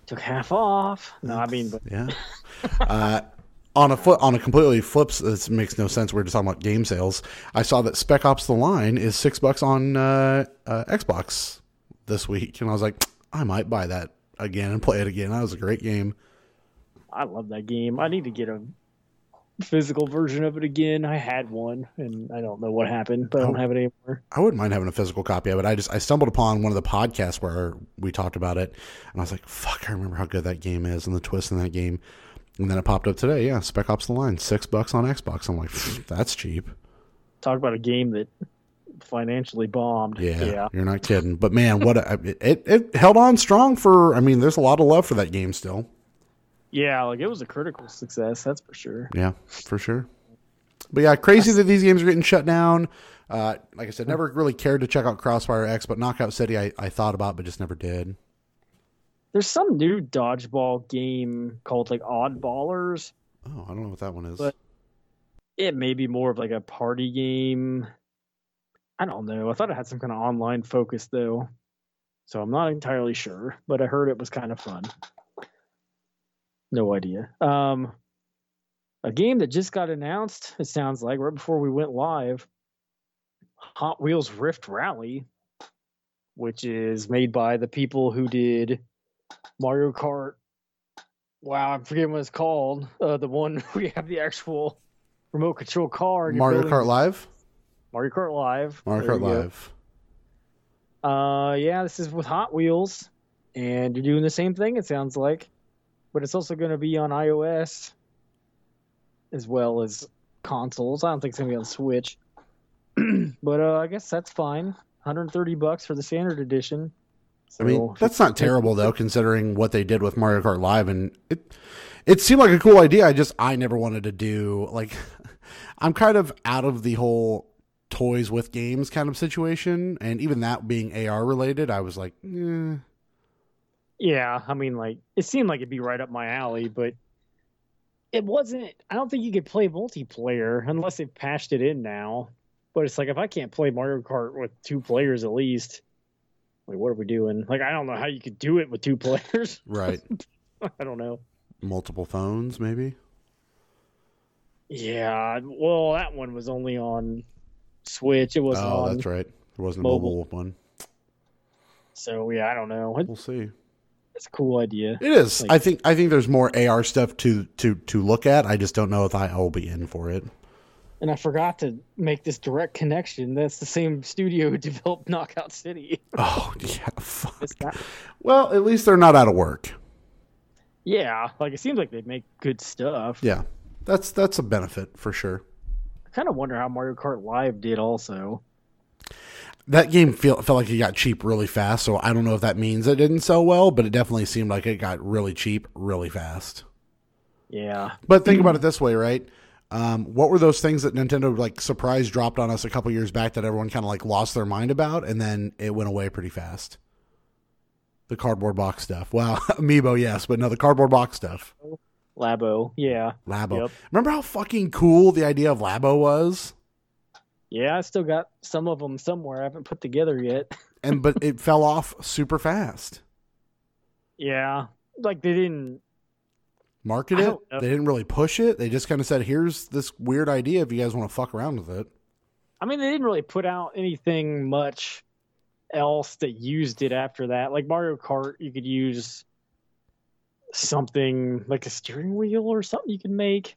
Speaker 2: Took half off. No, I mean, but
Speaker 3: yeah uh, on a flip on a completely flips this makes no sense we're just talking about game sales i saw that spec ops the line is six bucks on uh, uh, xbox this week and i was like i might buy that again and play it again that was a great game
Speaker 2: I love that game. I need to get a physical version of it again. I had one, and I don't know what happened, but I don't
Speaker 3: Oh.
Speaker 2: have it anymore.
Speaker 3: I wouldn't mind having a physical copy of it. I just I stumbled upon one of the podcasts where we talked about it, and I was like, "Fuck!" I remember how good that game is and the twist in that game. And then it popped up today. Yeah, Spec Ops: The Line, six bucks on Xbox. I'm like, "Pfft, that's cheap.
Speaker 2: Talk about a game that financially bombed.
Speaker 3: Yeah, you're not kidding. But man, what a, it it held on strong for. I mean, there's a lot of love for that game still.
Speaker 2: Yeah, like it was a critical success, that's for sure.
Speaker 3: Yeah, for sure. But yeah, crazy that these games are getting shut down. Uh, like I said, never really cared to check out Crossfire X, but Knockout City I, I thought about, but just never did.
Speaker 2: There's some new dodgeball game called like Oddballers.
Speaker 3: Oh, I don't know what that one is.
Speaker 2: But- It may be more of like a party game. I don't know. I thought it had some kind of online focus though. So I'm not entirely sure, but I heard it was kind of fun. No idea. Um a game that just got announced, it sounds like, right before we went live. Hot Wheels Rift Rally, which is made by the people who did Mario Kart. Wow, I'm forgetting what it's called. Uh, the one *laughs* we have the actual remote control car. and you're
Speaker 3: Mario
Speaker 2: building-
Speaker 3: Kart Live.
Speaker 2: Mario Kart Live.
Speaker 3: Mario
Speaker 2: There
Speaker 3: Kart
Speaker 2: you go.
Speaker 3: Live.
Speaker 2: Uh, yeah, this is with Hot Wheels, and you're doing the same thing. It sounds like but it's also going to be on iOS as well as consoles. I don't think it's going to be on Switch, *clears throat* but uh, I guess that's fine. 130 bucks for the standard edition.
Speaker 3: I mean, that's not terrible though, considering what they did with Mario Kart Live, and it it seemed like a cool idea. I just I never wanted to do like *laughs* I'm kind of out of the whole toys with games kind of situation, and even that being AR related, I was like, eh.
Speaker 2: Yeah, I mean, like it seemed like it'd be right up my alley, but it wasn't. I don't think you could play multiplayer unless they've patched it in now. But it's like if I can't play Mario Kart with two players at least, like what are we doing? Like I don't know how you could do it with two *laughs* players. *laughs*
Speaker 3: right,
Speaker 2: I don't know.
Speaker 3: multiple phones maybe.
Speaker 2: Yeah, well, that one was only on Switch. It wasn't
Speaker 3: Oh,
Speaker 2: on.
Speaker 3: that's right. There wasn't a
Speaker 2: mobile.
Speaker 3: mobile one.
Speaker 2: So yeah, I don't know. It-
Speaker 3: We'll see.
Speaker 2: It's a cool idea.
Speaker 3: It is.
Speaker 2: Like-
Speaker 3: I think. I think there's more AR stuff to to to look at. I just don't know if I- I'll be in for it.
Speaker 2: And I forgot to make this direct connection. That's the same studio who *laughs* developed Knockout City. *laughs*
Speaker 3: Oh yeah. Fuck.
Speaker 2: It's not-
Speaker 3: Well, at least they're not out of work.
Speaker 2: yeah, like it seems like they make good stuff.
Speaker 3: Yeah, that's that's a benefit for sure.
Speaker 2: I kind of wonder how Mario Kart Live did also.
Speaker 3: That game feel, felt like it got cheap really fast, so I don't know if that means it didn't sell well, but it definitely seemed like it got really cheap really fast.
Speaker 2: Yeah.
Speaker 3: But think about it this way, right? Um, what were those things that Nintendo like surprise dropped on us a couple years back that everyone kind of like lost their mind about, and then it went away pretty fast? The cardboard box stuff. Well, *laughs* Amiibo, yes, but no, the cardboard box stuff.
Speaker 2: Labo. Yeah.
Speaker 3: Labo.
Speaker 2: Yep.
Speaker 3: Remember how fucking cool the idea of Labo was?
Speaker 2: Yeah, I still got some of them somewhere. I haven't put together yet.
Speaker 3: And but it fell off super fast.
Speaker 2: Yeah. Like they didn't.
Speaker 3: market
Speaker 2: I
Speaker 3: it.
Speaker 2: don't know.
Speaker 3: They didn't really push it. They just kind of said, "Here's this weird idea. If you guys want to fuck around with it."
Speaker 2: I mean, they didn't really put out anything much else that used it after that. Like Mario Kart, you could use something like a steering wheel or something you can make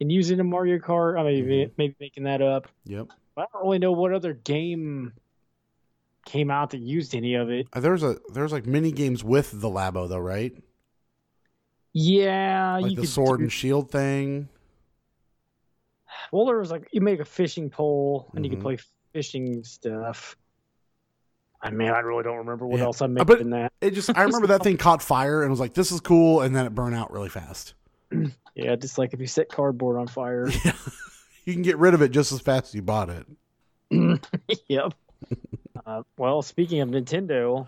Speaker 2: and use it in Mario Kart. I mean, maybe, maybe making that up.
Speaker 3: Yep.
Speaker 2: But I don't really know what other game came out that used any of it.
Speaker 3: Uh, There's a there's like mini games with the Labo though, right?
Speaker 2: Yeah,
Speaker 3: Like
Speaker 2: Uh, you
Speaker 3: the
Speaker 2: could
Speaker 3: sword
Speaker 2: do-
Speaker 3: and shield thing.
Speaker 2: well, there was like you make a fishing pole and you
Speaker 3: Mhm.
Speaker 2: could play fishing stuff. I mean, I really don't remember what
Speaker 3: Yeah.
Speaker 2: else I
Speaker 3: Uh,
Speaker 2: made
Speaker 3: but-
Speaker 2: in that.
Speaker 3: It just I remember that thing caught fire and was like, "This is cool," and then it burned out really fast.
Speaker 2: Yeah, just like if you set cardboard on
Speaker 3: *laughs*
Speaker 2: fire. *laughs*
Speaker 3: You can get rid of it just as fast as you bought it.
Speaker 2: yep. Uh, well, speaking of Nintendo,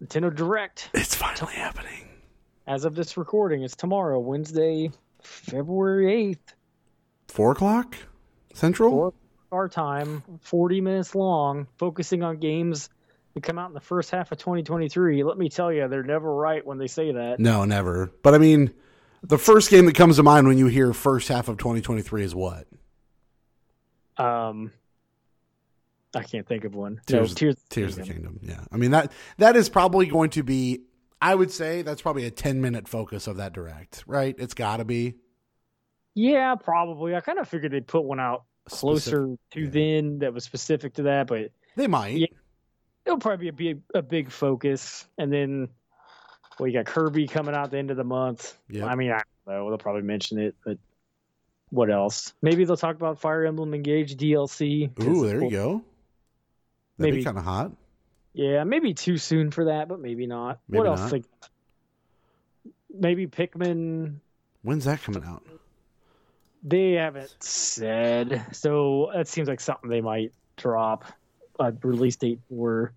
Speaker 2: Nintendo Direct,
Speaker 3: It's finally happening.
Speaker 2: as of this recording, is tomorrow, Wednesday, February 8th,
Speaker 3: Four o'clock central.
Speaker 2: Four. our time, 40 minutes long, focusing on games that come out in the first half of 2023. Let me tell you, they're never right when they say that.
Speaker 3: No, never. But I mean, the first game that comes to mind when you hear first half of 2023 is what?
Speaker 2: Um, I can't think of one.
Speaker 3: Tears-
Speaker 2: no, Tears,
Speaker 3: Tears of the Kingdom. Yeah, I mean that that is probably going to be. I would say that's probably a ten minute focus of that direct, right? It's got to be
Speaker 2: Yeah, probably. I kind of figured they'd put one out closer to
Speaker 3: yeah.
Speaker 2: then that was specific to that, but
Speaker 3: They might.
Speaker 2: Yeah. it'll probably be a big, a big focus. And then, well, you got Kirby coming out the end of the month.
Speaker 3: Yep.
Speaker 2: I mean, I don't know. They'll probably mention it, but what else? Maybe they'll talk about Fire Emblem Engage DLC. 'cause-
Speaker 3: Ooh, there you go. That'd be
Speaker 2: Maybe.
Speaker 3: kind of hot.
Speaker 2: Yeah, maybe too soon for that, but maybe not.
Speaker 3: Maybe
Speaker 2: what else?
Speaker 3: not.
Speaker 2: Like, maybe Pikmin.
Speaker 3: When's that coming out?
Speaker 2: They haven't said, so that seems like something they might drop a release date for.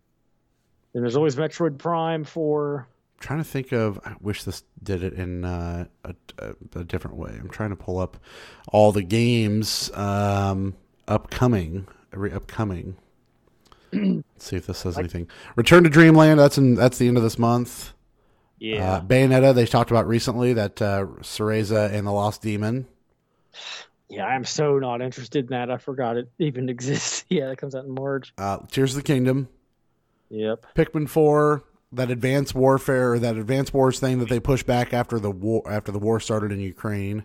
Speaker 2: And there's always Metroid Prime for.
Speaker 3: I'm trying to think of. I wish this did it in uh, a, a, a different way. I'm trying to pull up all the games um, upcoming. Every
Speaker 2: *clears throat*
Speaker 3: upcoming. Let's see if this says anything. Return to Dreamland. That's in. That's the end of this month. Uh, Bayonetta, they talked about recently that uh, Cereza and the Lost Demon.
Speaker 2: Yeah, I'm so not interested in that. I forgot it even *laughs* exists. Yeah, that comes out in March.
Speaker 3: Uh, Tears of the Kingdom,
Speaker 2: Yep.
Speaker 3: Pikmin Four, that Advanced Warfare or that Advanced Wars thing that they pushed back after the war after the war started in Ukraine.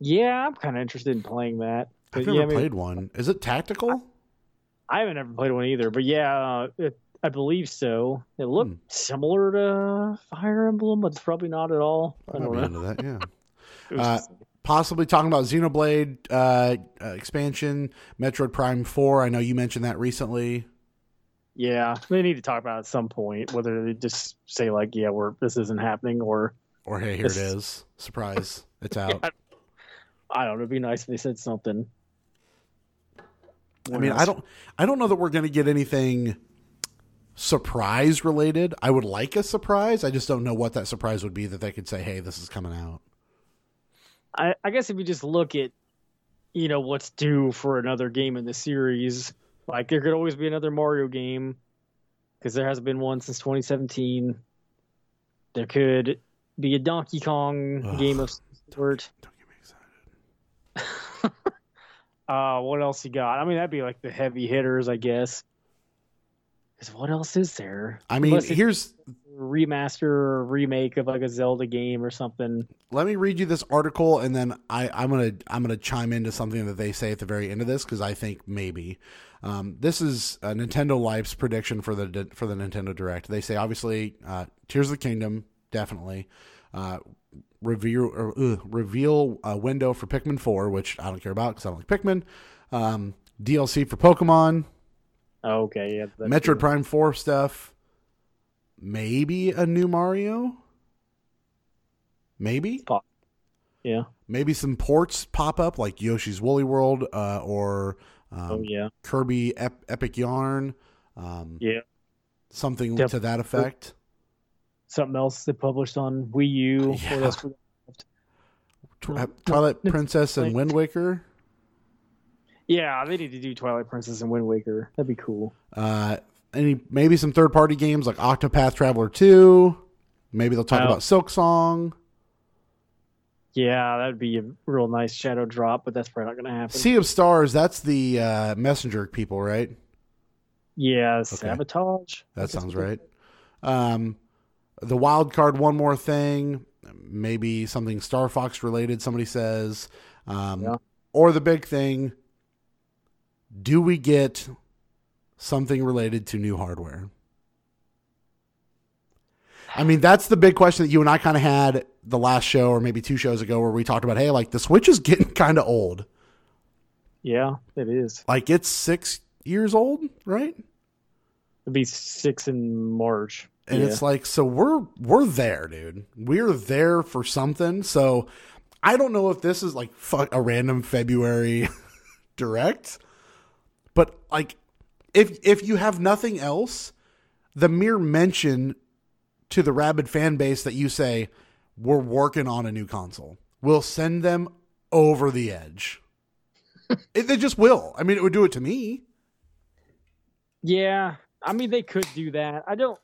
Speaker 2: Yeah, I'm kind of interested in playing that. But
Speaker 3: I've
Speaker 2: yeah,
Speaker 3: never
Speaker 2: I, mean,
Speaker 3: played one. Is it tactical?
Speaker 2: I haven't ever played one either. But yeah, uh, it, I believe so. It
Speaker 3: Hmm.
Speaker 2: looked similar to Fire Emblem, but it's probably not at all. I
Speaker 3: Might
Speaker 2: don't
Speaker 3: be
Speaker 2: know.
Speaker 3: into that, yeah.
Speaker 2: It was
Speaker 3: Uh,
Speaker 2: just-
Speaker 3: possibly talking about Xenoblade uh, uh, expansion, Metroid Prime Four. I know you mentioned that recently.
Speaker 2: yeah, they need to talk about it at some point. Whether they just say like, "Yeah, we're this isn't happening," or
Speaker 3: Or hey, here it
Speaker 2: This-
Speaker 3: is, surprise, it's
Speaker 2: *laughs*
Speaker 3: out.
Speaker 2: I don't know. It'd be nice if they said something.
Speaker 3: I mean,
Speaker 2: What
Speaker 3: I
Speaker 2: else?
Speaker 3: don't, I don't know that we're going to get anything surprise related. I would like a surprise. I just don't know what that surprise would be that they could say, "Hey, this is coming out."
Speaker 2: I, I guess if you just look at, you know, what's due for another game in the series, like there could always be another Mario game, because there hasn't been one since 2017. There could be a Donkey Kong
Speaker 3: Ugh.
Speaker 2: game of sort.
Speaker 3: Don't get me excited.
Speaker 2: Uh, what else you got? I mean, that'd be like the heavy hitters, I guess. Because what else is there?
Speaker 3: I mean,
Speaker 2: Unless it's
Speaker 3: here's
Speaker 2: a remaster or remake of like a Zelda game or something.
Speaker 3: let me read you this article and then I, I'm gonna I'm gonna chime into something that they say at the very end of this because I think maybe um, this is uh, Nintendo Life's prediction for the for the Nintendo Direct. They say obviously uh, Tears of the Kingdom definitely uh, reveal or, ugh, reveal a window for Pikmin four, which I don't care about because I don't like Pikmin. Um, DLC for Pokemon,
Speaker 2: Oh, okay, yeah. that's
Speaker 3: Metroid
Speaker 2: true.
Speaker 3: Prime four stuff, maybe a new Mario, maybe
Speaker 2: Yeah.
Speaker 3: maybe some ports pop up like Yoshi's Woolly World uh, or um,
Speaker 2: oh, yeah.
Speaker 3: Kirby Ep- Epic Yarn. Um,
Speaker 2: Yeah.
Speaker 3: something
Speaker 2: Def-
Speaker 3: to that effect.
Speaker 2: something else they published on Wii U.
Speaker 3: Yeah.
Speaker 2: What else? we-
Speaker 3: Tw- uh, Twilight Princess and Wind Waker.
Speaker 2: Yeah, they need to do Twilight Princess and Wind Waker. That'd be cool.
Speaker 3: Uh, any maybe some third party games like Octopath Traveler Two. Maybe they'll talk
Speaker 2: Oh.
Speaker 3: about Silk Song.
Speaker 2: Yeah, that'd be a real nice shadow drop, but that's probably not gonna happen.
Speaker 3: Sea of Stars. That's the uh, messenger people, right?
Speaker 2: yeah,
Speaker 3: Okay.
Speaker 2: sabotage.
Speaker 3: That
Speaker 2: That's
Speaker 3: sounds
Speaker 2: what-
Speaker 3: right. Um, the wild card, one more thing, maybe something Star Fox related. Somebody says, um,
Speaker 2: Yeah.
Speaker 3: or the big thing. Do we get something related to new hardware? I mean, that's the big question that you and I kind of had the last show, or maybe two shows ago, where we talked about, hey, like the Switch is *laughs* getting kind of old.
Speaker 2: Yeah, it is.
Speaker 3: Like it's six years old, right?
Speaker 2: It'd be six in March.
Speaker 3: and
Speaker 2: yeah.
Speaker 3: it's like so we're we're there dude we're there for something so i don't know if this is like fuck a random february *laughs* direct but like if if you have nothing else the mere mention to the rabid fan base that you say we're working on a new console will send them over the edge it, they just will i mean it would do it to me
Speaker 2: yeah. I mean, they could do that. I don't.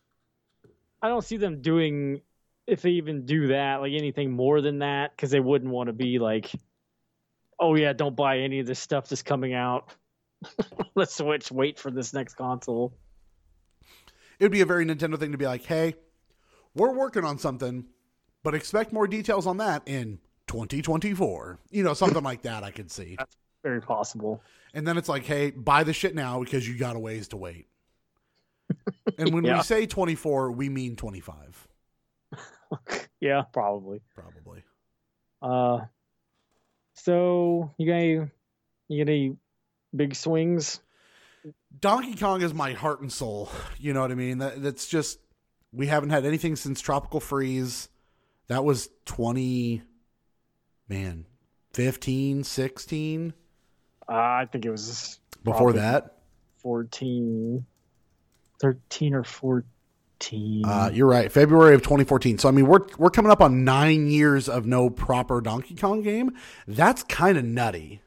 Speaker 2: I don't see them doing if they even do that, like anything more than that, because they wouldn't want to be like, oh yeah, don't buy any of this stuff that's coming out. *laughs* Let's switch. Wait for this next console.
Speaker 3: it would be a very Nintendo thing to be like, hey, we're working on something, but expect more details on that in 2024. You know, something like that I could see.
Speaker 2: Very possible.
Speaker 3: And then it's like, hey, buy the shit now because you got a ways to wait. And when
Speaker 2: Yeah.
Speaker 3: we say 24, we mean 25,
Speaker 2: yeah, probably.
Speaker 3: probably.
Speaker 2: Uh, so you got any, you got any big swings?
Speaker 3: Donkey Kong is my heart and soul. You know what I mean? That, that's just, we haven't had anything since Tropical Freeze. That was 20, man, 15, 16
Speaker 2: Uh, I think it was
Speaker 3: before
Speaker 2: Probably.
Speaker 3: that.
Speaker 2: 14, 13 or 14.
Speaker 3: Uh, you're right. February of 2014. So I mean, we're we're coming up on nine years of no proper Donkey Kong game. That's kind of nutty.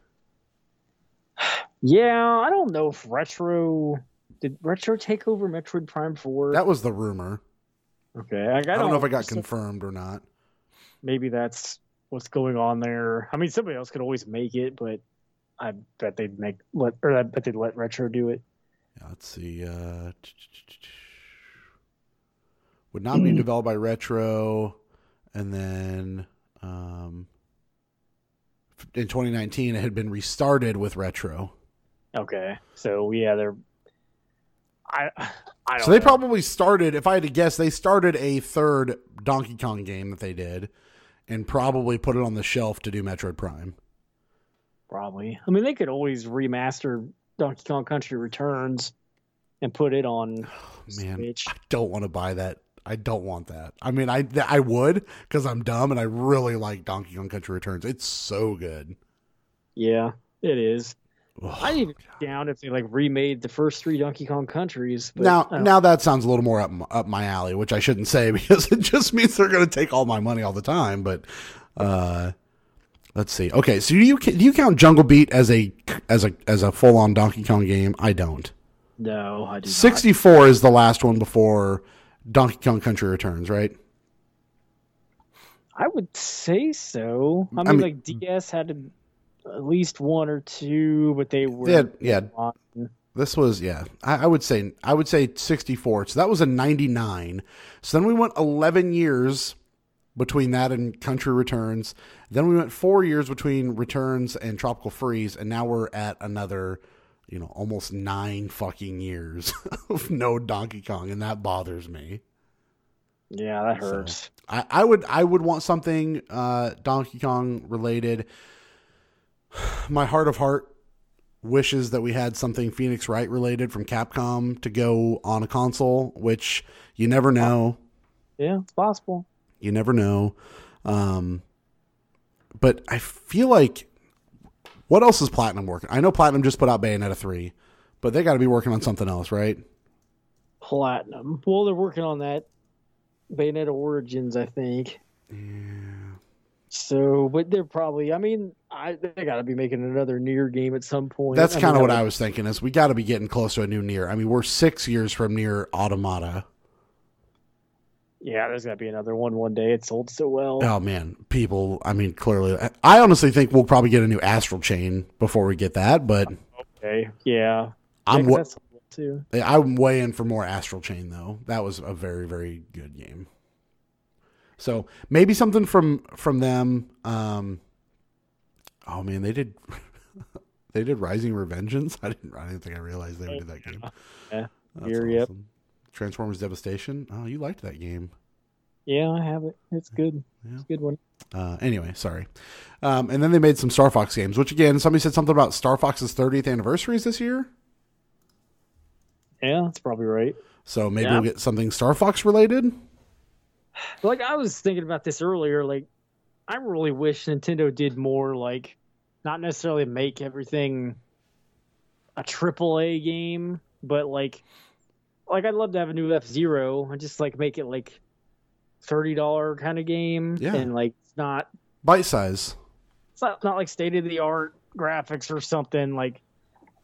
Speaker 2: yeah, I don't know if retro did retro take over Metroid Prime 4.
Speaker 3: That was the rumor.
Speaker 2: okay, I, I,
Speaker 3: I
Speaker 2: don't,
Speaker 3: don't, know if I got
Speaker 2: so
Speaker 3: confirmed or not.
Speaker 2: Maybe that's what's going on there. I mean, somebody else could always make it, but I bet they'd make let or I bet they'd let retro do it.
Speaker 3: Yeah, let's see. Uh, would not be developed by Retro, and then um, in 2019 it had been restarted with Retro.
Speaker 2: Okay, so yeah, they're. *sighs*
Speaker 4: I, I don't
Speaker 3: So they
Speaker 4: know.
Speaker 3: probably started, if I had to guess, they started a third Donkey Kong game that they did and probably put it on the shelf to do Metroid Prime.
Speaker 2: Probably. I mean, they could always remaster Donkey Kong Country Returns and put it on
Speaker 3: *sighs* Man,
Speaker 2: Switch.
Speaker 3: I don't want to buy that. I don't want that. I mean, I th- I would because I'm dumb and I really like Donkey Kong Country Returns. It's so good.
Speaker 2: Yeah, it is. I'd
Speaker 3: Ugh.
Speaker 2: even be down if they like remade the first three Donkey Kong countries. But uh,
Speaker 3: Now,
Speaker 2: I don't-
Speaker 3: now that sounds a little more up m- up my alley, which I shouldn't say *laughs* because it just means they're going to take all my money all the time. But uh, let's see. Okay, so do you do you count Jungle Beat as a as a as a full on Donkey Kong game? I don't.
Speaker 2: no, I do not.
Speaker 3: Sixty four is the last one before Donkey Kong Country Returns, right?
Speaker 2: I would say so. I mean,
Speaker 3: mean-
Speaker 2: like DS had a- at least one or two, but they were
Speaker 3: They had- yeah,
Speaker 2: on
Speaker 3: This was yeah. I, I would say I would say sixty four. So that was a ninety nine. So then we went eleven years between that and Country Returns. Then we went four years between Returns and Tropical Freeze, and now we're at another, you know, almost nine fucking years *laughs* of no Donkey Kong, and that bothers me.
Speaker 2: Yeah, that hurts.
Speaker 3: I, I would I would want something uh, Donkey Kong related. *sighs* My heart of heart wishes that we had something Phoenix Wright related from Capcom to go on a console, which you never know.
Speaker 2: Yeah, it's possible.
Speaker 3: You never know. Um, but I feel like what else is Platinum working? I know Platinum just put out Bayonetta three, but they got to be working on something else, right?
Speaker 2: Platinum. Well, they're working on that Bayonetta Origins, I think. So, but they're probably. I mean, I they got to be making another near game at some point.
Speaker 3: That's
Speaker 2: mean,
Speaker 3: kind of
Speaker 2: that
Speaker 3: what I
Speaker 2: would-
Speaker 3: was thinking. Is we got to be getting close to a new near. I mean, we're six years from near Automata.
Speaker 2: Yeah, there's got to be another one one day. It sold so well.
Speaker 3: Oh man, people. I mean, clearly, I honestly think we'll probably get a new astral chain before we get that. But
Speaker 2: Okay. Yeah.
Speaker 3: I'm
Speaker 2: yeah,
Speaker 3: wa-
Speaker 2: 'cause that sold too.
Speaker 3: I'm way in for more astral chain though. That was a very very good game. So maybe something from from them. Um, oh man, they did *laughs* they did Rising Revengeance. *laughs* I didn't I didn't think I realized they would do that game.
Speaker 2: Yeah.
Speaker 3: That's
Speaker 2: Here, yep.
Speaker 3: awesome. Transformers Devastation. Oh, you liked that game.
Speaker 2: Yeah, I have it. It's good.
Speaker 3: Yeah.
Speaker 2: It's a good one.
Speaker 3: Uh, anyway, sorry. Um, and then they made some Star Fox games, which again, somebody said something about Star Fox's 30th anniversary is this year.
Speaker 2: Yeah, that's probably right.
Speaker 3: So maybe
Speaker 2: Yeah.
Speaker 3: we'll get something Star Fox related.
Speaker 2: like I was thinking about this earlier. Like, I really wish Nintendo did more. Like, not necessarily make everything a triple A game, but like, like I'd love to have a new F Zero and just like make it like thirty dollar kind of game.
Speaker 3: Yeah.
Speaker 2: and like it's not
Speaker 3: Bite size.
Speaker 2: it's not not like state of the art graphics or something. Like,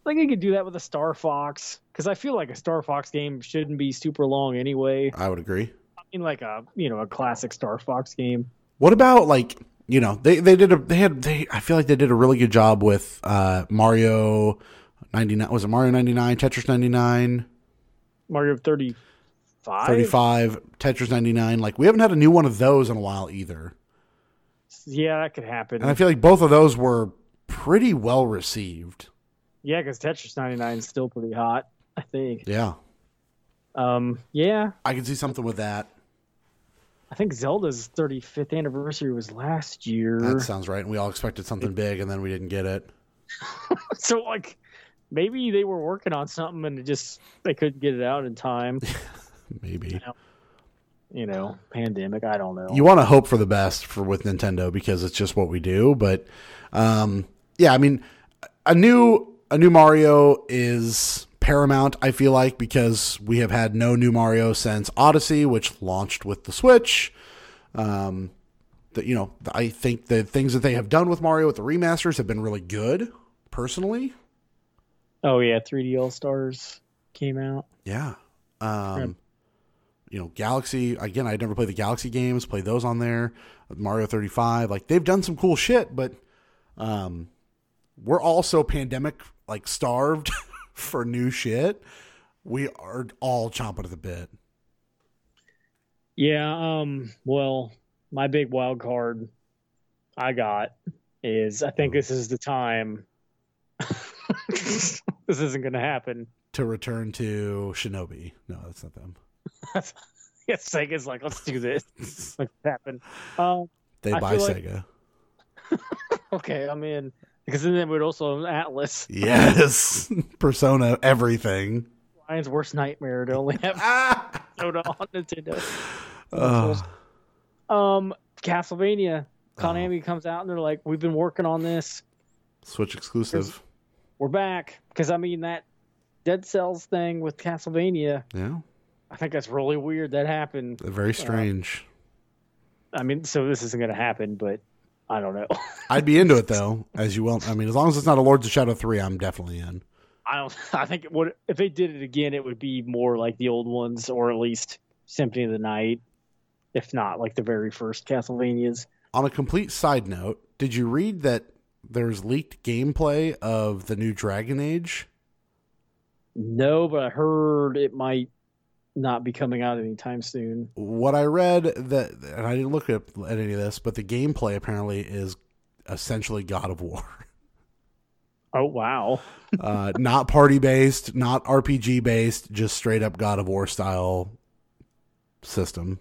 Speaker 2: like you could do that with a Star Fox because I feel like a Star Fox game shouldn't be super long anyway.
Speaker 3: I would agree.
Speaker 2: I mean, like a you know a classic Star Fox game.
Speaker 3: What about like, you know, they, they did a, they had, they, I feel like they did a really good job with, uh, Mario 99. Was it Mario 99, Tetris 99,
Speaker 2: Mario 35?
Speaker 3: 35, Tetris 99? Like we haven't had a new one of those in a while either.
Speaker 2: Yeah, that could happen.
Speaker 3: And I feel like both of those were pretty well received.
Speaker 2: yeah, because Tetris 99 is still pretty hot, I think.
Speaker 3: Yeah.
Speaker 2: Um, yeah,
Speaker 3: I can see something with that.
Speaker 2: I think Zelda's 35th anniversary was last year.
Speaker 3: That sounds right. And we all expected something big, and then we didn't get it.
Speaker 2: *laughs* so, like, maybe they were working on something and it just they couldn't get it out in
Speaker 3: *laughs*
Speaker 2: time.
Speaker 3: Maybe
Speaker 2: you know, pandemic. I don't know.
Speaker 3: you want to hope for the best for with Nintendo because it's just what we do. But um, yeah, I mean, a new a new Mario is paramount. I feel like because we have had no new Mario since Odyssey, which launched with the Switch. Um, that you know, I think the things that they have done with Mario with the remasters have been really good. Personally,
Speaker 2: oh, yeah, 3D All Stars came out.
Speaker 3: Yeah. Um, you know, Galaxy again. I never played the Galaxy games. Played those on there. Mario thirty five. Like they've done some cool shit, but um, we're also pandemic like starved *laughs* for new shit. We are all chomping at the bit.
Speaker 2: Yeah, um, well, my big wild card I got *laughs* is I think this is the time. this isn't going to happen.
Speaker 3: to return to Shinobi. No, that's not
Speaker 2: *laughs*
Speaker 3: them.
Speaker 2: yeah, Sega's like, let's do this. Let's happen. Um,
Speaker 3: They
Speaker 2: I
Speaker 3: buy
Speaker 2: feel like-
Speaker 3: Sega.
Speaker 2: *laughs* okay, I'm in. Because then we'd also own Atlas,
Speaker 3: Yes, *laughs* Persona, everything.
Speaker 2: Ryan's worst nightmare to only have *laughs*
Speaker 3: Ah!
Speaker 2: Persona on Nintendo.
Speaker 3: Uh,
Speaker 2: Um, Castlevania, Konami comes out and they're like, we've been working on this.
Speaker 3: Switch exclusive.
Speaker 2: We're back. Because I mean that Dead Cells thing with Castlevania,
Speaker 3: Yeah,
Speaker 2: I think that's really weird that happened.
Speaker 3: very strange.
Speaker 2: I mean, so this isn't going to happen, but I don't know. *laughs*
Speaker 3: I'd be into it though, as you well. I mean, as long as it's not a Lords of Shadow three, I'm definitely in.
Speaker 2: I don't. I think it would if they did it again, it would be more like the old ones, or at least Symphony of the Night, if not like the very first Castlevanias.
Speaker 3: On a complete side note, did you read that there's leaked gameplay of the new Dragon Age?
Speaker 2: No, but I heard it might not be coming out anytime soon.
Speaker 3: What I read that, and I didn't look up at any of this, but the gameplay apparently is essentially God of War. *laughs*
Speaker 2: Oh wow!
Speaker 3: uh, not party based, not RPG based, just straight up God of War style
Speaker 2: *laughs*
Speaker 3: system.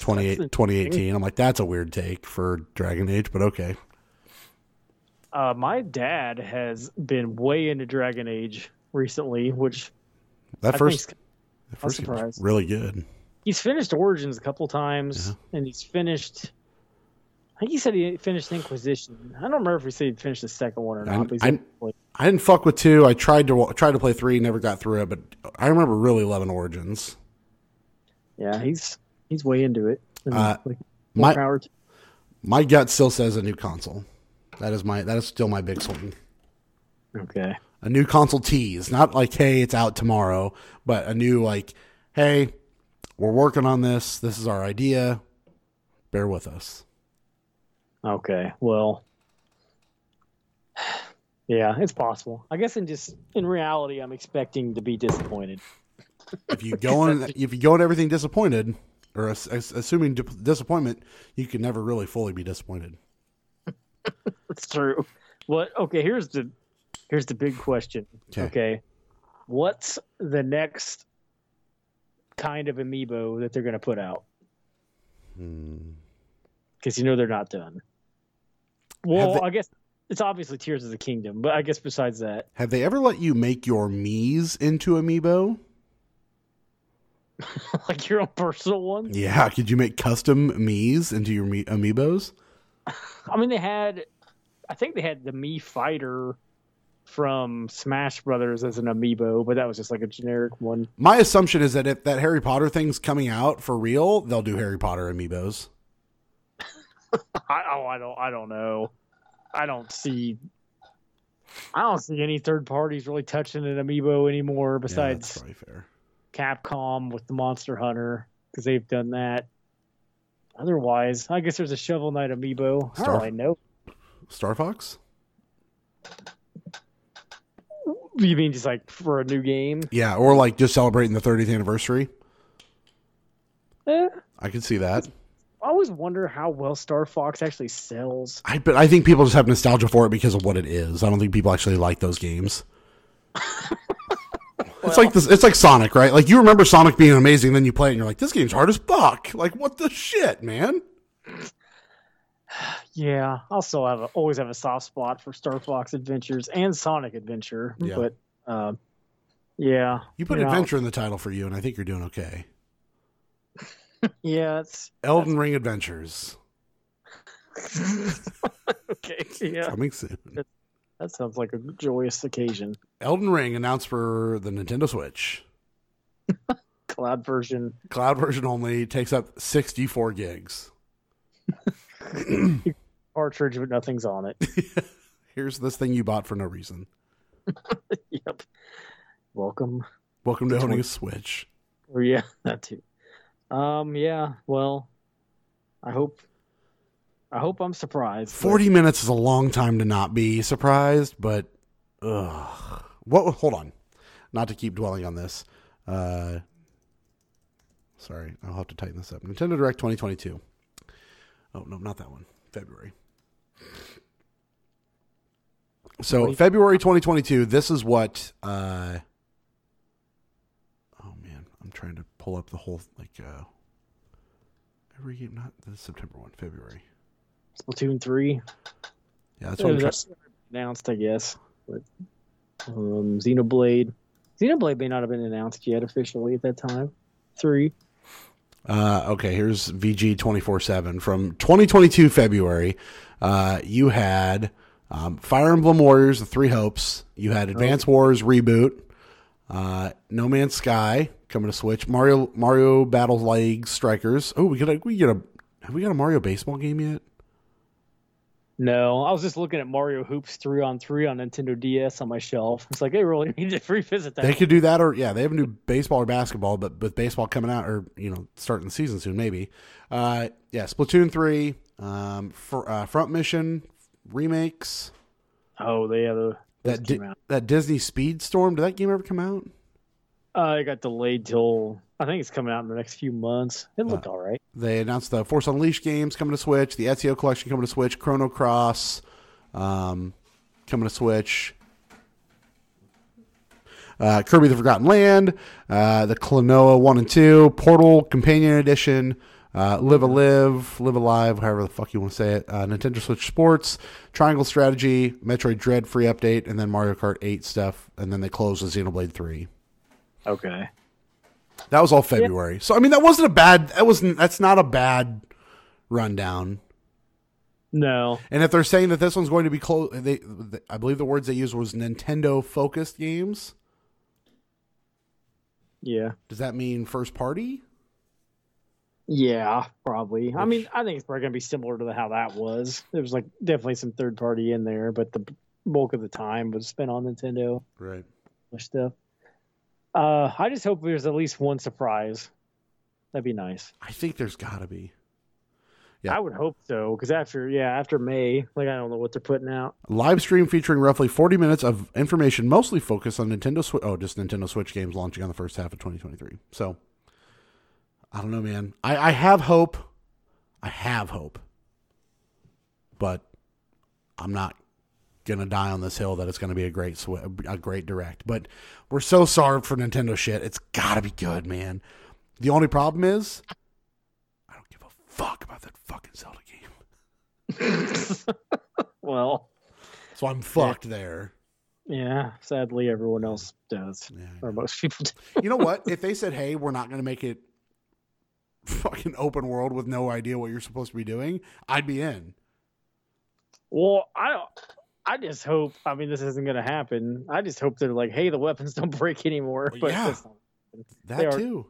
Speaker 3: 28, 2018. I'm like, that's a weird take for Dragon Age, but okay.
Speaker 2: Uh, my dad has been way into Dragon Age recently, which
Speaker 3: That
Speaker 2: I
Speaker 3: first,
Speaker 2: think
Speaker 3: that first game was
Speaker 2: surprised.
Speaker 3: really good.
Speaker 2: he's finished Origins a couple times,
Speaker 3: Uh-huh.
Speaker 2: and he's finished. I think he said he finished Inquisition. I don't remember if he said he finished the second one or
Speaker 3: I'm-
Speaker 2: not. but he said-
Speaker 3: I'm- I didn't fuck with two. I tried to tried to play three, never got through it, but I remember really loving Origins.
Speaker 2: Yeah, he's he's way into it. I mean,
Speaker 3: Uh,
Speaker 2: like,
Speaker 3: my-
Speaker 2: more power to-
Speaker 3: My gut still says a new console. That is my that is still my big swing.
Speaker 2: okay.
Speaker 3: a new console tease not like hey it's out tomorrow but a new like hey we're working on this this is our idea bear with us
Speaker 2: Okay. Well, *sighs* yeah, it's possible. I guess in just in reality, I'm expecting to be disappointed.
Speaker 3: if you go
Speaker 2: *laughs*
Speaker 3: in if you go in everything disappointed or ass- ass- assuming di- disappointment you can never really fully be disappointed
Speaker 2: It's true. What? Okay. Here's the here's the big question.
Speaker 3: 'Kay.
Speaker 2: okay. What's the next kind of amiibo that they're going to put out?
Speaker 3: Hmm.
Speaker 2: because you know they're not done. Well,
Speaker 3: they-
Speaker 2: I guess it's obviously Tears of the Kingdom, but I guess besides that, *laughs*
Speaker 3: have they ever let you make your Mii's into amiibo
Speaker 2: like your own personal one.
Speaker 3: yeah could you make custom Mii's into your Mi- amiibos
Speaker 2: I mean, they had, I think they had the Mii Fighter from Smash Brothers as an amiibo, but that was just like a generic one.
Speaker 3: my assumption is that if that harry potter thing's coming out for real they'll do harry potter amiibos
Speaker 2: I, oh, I don't, I don't know. I don't see, I don't see any third parties really touching an amiibo anymore
Speaker 3: Yeah, that's
Speaker 2: besides
Speaker 3: probably fair
Speaker 2: Capcom with the Monster Hunter because they've done that. Otherwise, I guess there's a Shovel Knight amiibo. I
Speaker 3: Star-
Speaker 2: don't really know.
Speaker 3: Star Fox?
Speaker 2: You mean just like for a new game?
Speaker 3: Yeah, or like just celebrating the 30th anniversary.
Speaker 2: Eh,
Speaker 3: I could see that.
Speaker 2: I always wonder how well Star Fox actually sells.
Speaker 3: I but I think people just have nostalgia for it because of what it is. I don't think people actually like those games. *laughs* it's like this. It's like Sonic, right? Like you remember Sonic being amazing, then you play it and you're like, "This game's hard as fuck." Like, what the shit, man?
Speaker 2: Yeah, I'll still have a, always have a soft spot for Star Fox Adventures and Sonic Adventure,
Speaker 3: Yeah.
Speaker 2: but uh, yeah,
Speaker 3: You put
Speaker 2: Yeah.
Speaker 3: adventure in the title for you, and I think you're doing okay.
Speaker 2: yeah, it's
Speaker 3: Elden Ring Adventures
Speaker 2: okay. Yeah,
Speaker 3: coming soon.
Speaker 2: that sounds like a joyous occasion.
Speaker 3: Elden Ring announced for the Nintendo Switch.
Speaker 2: Cloud version.
Speaker 3: Cloud version only takes up 64 gigs. *laughs*
Speaker 2: Cartridge, but nothing's on it. *laughs*
Speaker 3: Here's this thing you bought for no reason.
Speaker 2: yep. Welcome.
Speaker 3: Welcome to owning a Switch.
Speaker 2: Or yeah, *laughs* that too. Um, yeah. Well, I hope. I hope I'm surprised. but-
Speaker 3: 40 minutes is a long time to not be surprised, but ugh. What hold on. Not to keep dwelling on this. Uh Sorry, I'll have to tighten this up. Nintendo Direct 2022. Oh, no, not that one. February. So February 2022. This is what. Uh, oh man, I'm trying to pull up the whole like. Uh, every game, not the September one, February.
Speaker 2: Splatoon three.
Speaker 3: Yeah, that's
Speaker 2: That's
Speaker 3: what I'm trying.
Speaker 2: that's announced, I guess. But um, Xenoblade. Xenoblade may not have been announced yet officially at that time. Three.
Speaker 3: Uh, okay, here's VG 24 7 from 2022 February. Uh, you had um, Fire Emblem Warriors, The Three Hopes. You had Advance Wars Reboot, uh, No Man's Sky coming to Switch, Mario Mario Battle League Strikers. Oh, we got a, we get a have we got a Mario baseball game yet?
Speaker 2: No, I was just looking at Mario Hoops three on three on Nintendo DS on my shelf. It's like they really *laughs* need to revisit that.
Speaker 3: They could do that, or yeah, they have a new baseball or basketball, but with baseball coming out or you know starting the season soon, maybe. Uh, yeah, Splatoon three, um, for, uh, Front Mission remakes.
Speaker 2: oh, they have a
Speaker 3: that
Speaker 2: came
Speaker 3: Di-
Speaker 2: out.
Speaker 3: that Disney Speedstorm. Did that game ever come out?
Speaker 2: Uh, it got delayed till I think it's coming out in the next few months. It looked all right.
Speaker 3: They announced the Force Unleashed games coming to Switch, the Ezio Collection coming to Switch, Chrono Cross um, coming to Switch, uh, Kirby the Forgotten Land, uh, the Klonoa one and two, Portal Companion Edition. Uh, live a live, live alive, however the fuck you want to say it. Uh, Nintendo Switch Sports, Triangle Strategy, Metroid Dread free update, and then Mario Kart 8 stuff. And then they close with Xenoblade 3.
Speaker 2: Okay.
Speaker 3: That was all February. So I mean, that wasn't a bad. That wasn't. That's not a bad rundown.
Speaker 2: No.
Speaker 3: And if they're saying that this one's going to be close, they, th I believe the words they used was Nintendo focused games.
Speaker 2: Yeah.
Speaker 3: Does that mean first party?
Speaker 2: Yeah, probably. I mean, I think it's probably gonna be similar to the- how that was. There was like definitely some third party in there, but the bulk of the time was spent on Nintendo
Speaker 3: Right.
Speaker 2: or stuff. Uh, I just hope there's at least one surprise. That'd be nice.
Speaker 3: I think there's got to be Yeah.
Speaker 2: I would hope so, because after yeah, after May, like I don't know what they're
Speaker 3: *laughs*
Speaker 2: putting out.
Speaker 3: live stream featuring roughly 40 minutes of information, mostly focused on Nintendo Switch. Oh, just Nintendo Switch games launching on the first half of 2023. So I don't know, man. I, I have hope. I have hope, but I'm not gonna die on this hill that it's gonna be a great swi- a great direct. But we're so sorry for Nintendo shit. It's gotta be good, man. The only problem is I don't give a fuck about that fucking Zelda game.
Speaker 2: Well,
Speaker 3: So I'm fucked there.
Speaker 2: yeah, sadly everyone else does,
Speaker 3: Yeah, I
Speaker 2: or most people. Do.
Speaker 3: you know what? If they said, "Hey, we're not going to make it fucking open world with no idea what you're supposed to be doing," I'd be in.
Speaker 2: Well, I don't. I just hope. I mean, this isn't gonna happen. I just hope they're like, hey, the weapons *laughs* don't break anymore.
Speaker 3: Well,
Speaker 2: but
Speaker 3: yeah.
Speaker 2: that's not-
Speaker 3: That
Speaker 2: They are-
Speaker 3: too.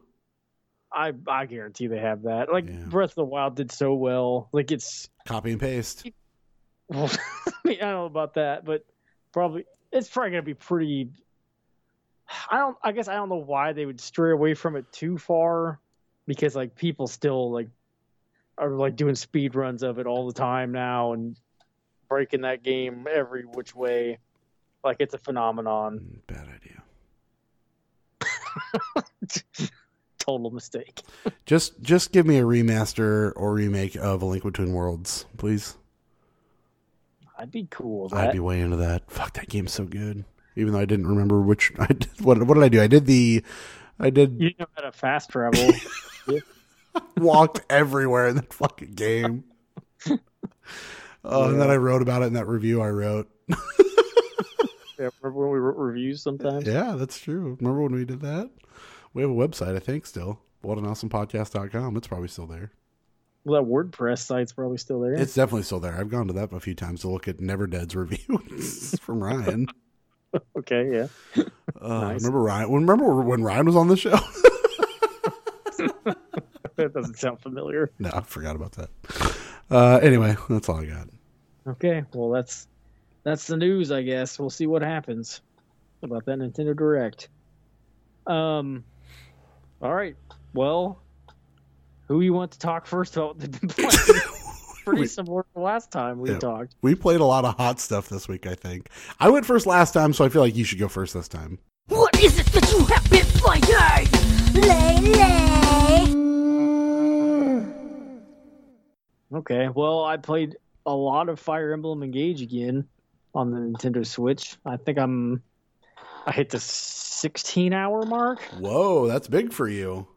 Speaker 2: I I guarantee they have that. Like
Speaker 3: Yeah.
Speaker 2: Breath of the Wild did so well. Like it's.
Speaker 3: Copy and paste.
Speaker 2: *laughs* I mean, I don't know about that, but probably it's probably gonna be pretty. I don't. I guess I don't know why they would stray away from it too far, because like people still like are like doing speed runs of it all the time now and breaking that game every which way. Like it's a phenomenon.
Speaker 3: Mm, Bad idea.
Speaker 2: Total mistake.
Speaker 3: Just just give me a remaster or remake of A Link Between Worlds, please.
Speaker 2: I'd be cool. with
Speaker 3: I'd
Speaker 2: that.
Speaker 3: be way into that. Fuck, that game's so good. Even though I didn't remember which *laughs* I did. What, what did I do? I did the. I
Speaker 2: *laughs*
Speaker 3: did
Speaker 2: You know how to
Speaker 3: *laughs*
Speaker 2: fast travel.
Speaker 3: walked everywhere in that fucking
Speaker 2: *laughs*
Speaker 3: game. Oh, and then I wrote about it in that review I wrote.
Speaker 2: yeah, remember when we wrote reviews sometimes?
Speaker 3: Yeah, that's true. Remember when we did that? We have a website, I think, still. WhatAnAwesomePodcast.com. It's probably still there.
Speaker 2: Well, that WordPress site's probably still there.
Speaker 3: It's definitely still there. I've gone to that a few times to look at Never Dead's *laughs* review *laughs* from Ryan.
Speaker 2: okay, yeah.
Speaker 3: Uh,
Speaker 2: Nice.
Speaker 3: Remember Ryan? Remember when Ryan was on the show? *laughs*
Speaker 2: That doesn't sound familiar.
Speaker 3: no, I forgot about that. Uh, anyway, that's all I got. *laughs*
Speaker 2: Okay, well that's that's the news, I guess. We'll see what happens about that Nintendo Direct. Um all right. Well, who you want to talk first about *laughs* the pretty similar to last time we
Speaker 3: Yeah.
Speaker 2: talked.
Speaker 3: We played a lot of hot stuff this week, I think. I went first last time, so I feel like you should go first this time.
Speaker 1: What is it that you have been fighting? Lay, lay.
Speaker 2: Okay. Well, I played a lot of Fire Emblem Engage again on the Nintendo Switch. I think I'm I hit the 16 hour mark.
Speaker 3: Whoa, that's big for you.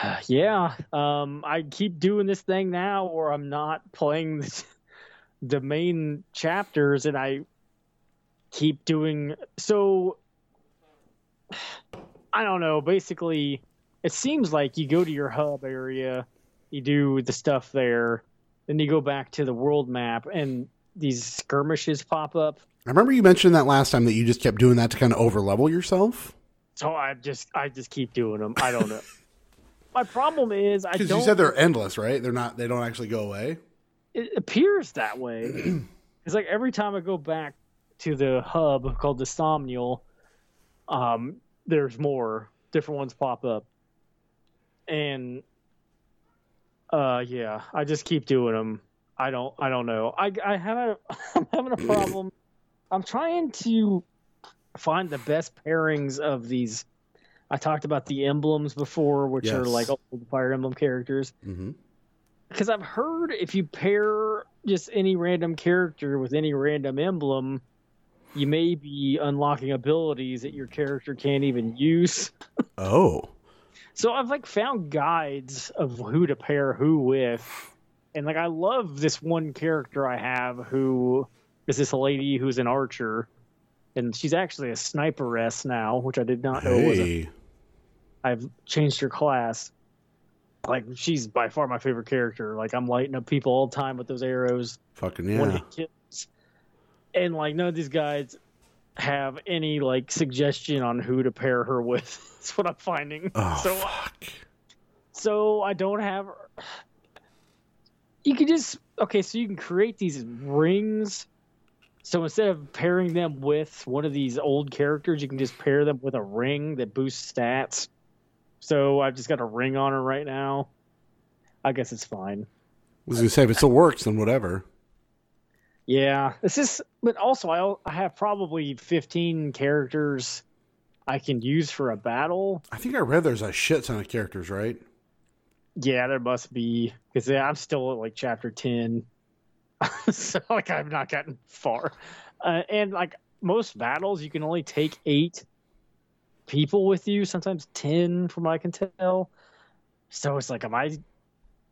Speaker 2: *sighs* yeah, um, I keep doing this thing now, or I'm not playing the, *laughs* the main chapters, and I keep doing so. *sighs* I don't know. Basically, it seems like you go to your hub area, you do the stuff there, then you go back to the world map, and these skirmishes pop up.
Speaker 3: I remember you mentioned that last time that you just kept doing that to kind of overlevel yourself.
Speaker 2: So I just, I just keep doing them. I don't
Speaker 3: *laughs*
Speaker 2: know. My problem is I
Speaker 3: Because
Speaker 2: don't.
Speaker 3: you said they're endless, right? They're not. They don't actually go away.
Speaker 2: it appears that way. it's like every time I go back to the hub called the Somnial, um, there's more different ones pop up, and uh, yeah, I just keep doing them. I don't, I don't know. I, I had a, *laughs* I'm having a problem. I'm trying to find the best pairings of these. I talked about the emblems before, which are
Speaker 3: Yes.
Speaker 2: like old Fire Emblem characters
Speaker 3: Mm-hmm.
Speaker 2: because I've heard if you pair just any random character with any random emblem, you may be unlocking abilities that your character can't even use.
Speaker 3: Oh,
Speaker 2: So I've like found guides of who to pair who with, and like I love this one character I have who is this lady who's an archer, and she's actually a sniperess now, which I did not know was a
Speaker 3: hey,
Speaker 2: I've changed her class. Like she's by far my favorite character. Like I'm lighting up people all the time with those arrows,
Speaker 3: fucking
Speaker 2: one
Speaker 3: yeah.
Speaker 2: hit kills. And like none of these guys have any like suggestion on who to pair her with. *laughs* That's what I'm finding.
Speaker 3: Oh
Speaker 2: so
Speaker 3: fuck.
Speaker 2: so I don't have. You can just okay. So you can create these rings. So instead of pairing them with one of these old characters, you can just pair them with a ring that boosts stats. So I've just got a ring on her right now. I guess it's fine.
Speaker 3: I was gonna say if it still works, then whatever.
Speaker 2: Yeah, this is. But also, I al- I have probably fifteen characters I can use for a battle.
Speaker 3: I think I read there's a shit ton of characters, right?
Speaker 2: Yeah, there must be because I'm still at like chapter ten, *laughs* so like I've not gotten far. Uh, and like most battles, you can only take eight people with you, sometimes ten, from what I can tell. So it's like, am I?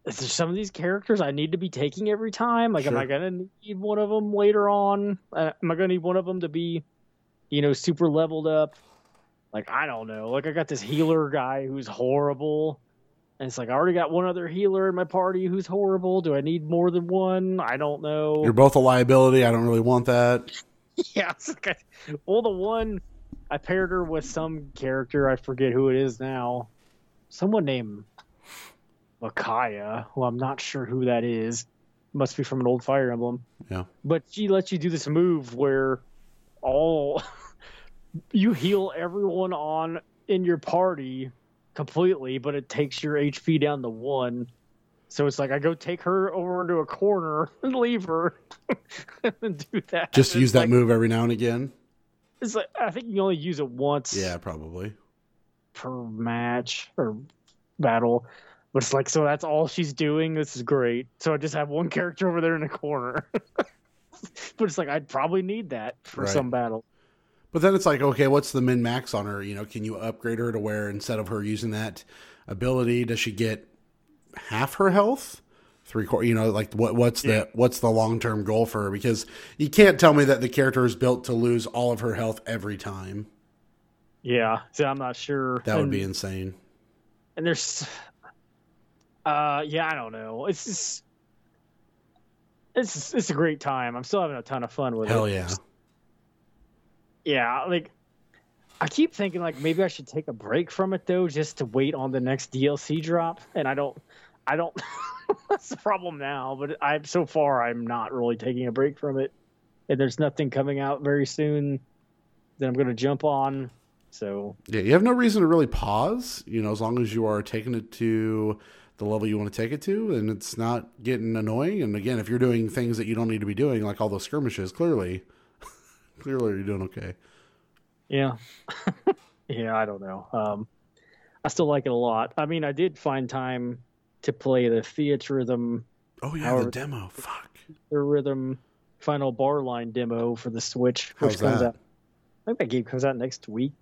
Speaker 2: Is there some of these characters I need to be taking every time? Like, am I
Speaker 3: Sure.
Speaker 2: gonna need one of them later on? Uh, am I gonna need one of them to be, you know, super leveled up? Like, I don't know. Like, I got this healer guy who's horrible. And it's like I already got one other healer in my party who's horrible. Do I need more than one? I don't know.
Speaker 3: You're both a liability. I don't really want that.
Speaker 2: *laughs* yeah. it's like I- well, the one I paired her with some character. I forget who it is now. Someone named Makaya. Well, I'm not sure who that is. Must be from an old Fire Emblem.
Speaker 3: Yeah.
Speaker 2: But she lets you do this move where all *laughs* you heal everyone on in your party completely, but it takes your HP down to one. So it's like I go take her over into a corner *laughs* and leave her and do that.
Speaker 3: Just
Speaker 2: It's
Speaker 3: use that
Speaker 2: like-
Speaker 3: move every now and again.
Speaker 2: It's like I think you only use it once
Speaker 3: Yeah, probably.
Speaker 2: per match or battle. But it's like so that's all she's doing. This is great. So I just have one *laughs* character over there in the corner. *laughs* but it's like I'd probably need that for
Speaker 3: Right.
Speaker 2: some battle.
Speaker 3: But then it's like, okay, what's the min max on her? You know, can you upgrade her to where instead of her using that ability, does she get half her health? Three quarter, you know, like what what's
Speaker 4: Yeah.
Speaker 3: the what's the long term goal for her? Because you can't tell me that the character is built to lose all of her health every time.
Speaker 2: Yeah. So I'm not sure.
Speaker 3: That would
Speaker 2: And-
Speaker 3: be insane.
Speaker 2: and there's uh yeah i don't know it's just it's just- it's a great time i'm still having a ton of fun with
Speaker 3: Hell
Speaker 2: it
Speaker 3: yeah.
Speaker 2: yeah like i keep thinking like maybe i should take a break from it though just to wait on the next dlc drop and i don't i don't *laughs* that's the problem now but i'm so far i'm not really taking a break from it and there's nothing coming out very soon that i'm going to jump on so
Speaker 3: Yeah, you have no reason to really pause, you know, as long as you are taking it to the level you want to take it to and it's not getting annoying. And again, if you're doing things that you don't need to be doing, like all those skirmishes, clearly, *laughs* clearly you're doing okay.
Speaker 2: Yeah. *laughs* yeah, I don't know. Um, I still like it a lot. I mean, I did find time to play the theater rhythm,
Speaker 3: Oh, yeah,
Speaker 2: However-
Speaker 3: the demo. Fuck.
Speaker 2: the rhythm, Final Bar Line demo for the Switch,
Speaker 3: How's
Speaker 2: which comes
Speaker 3: that?
Speaker 2: out. I think that game comes out next week.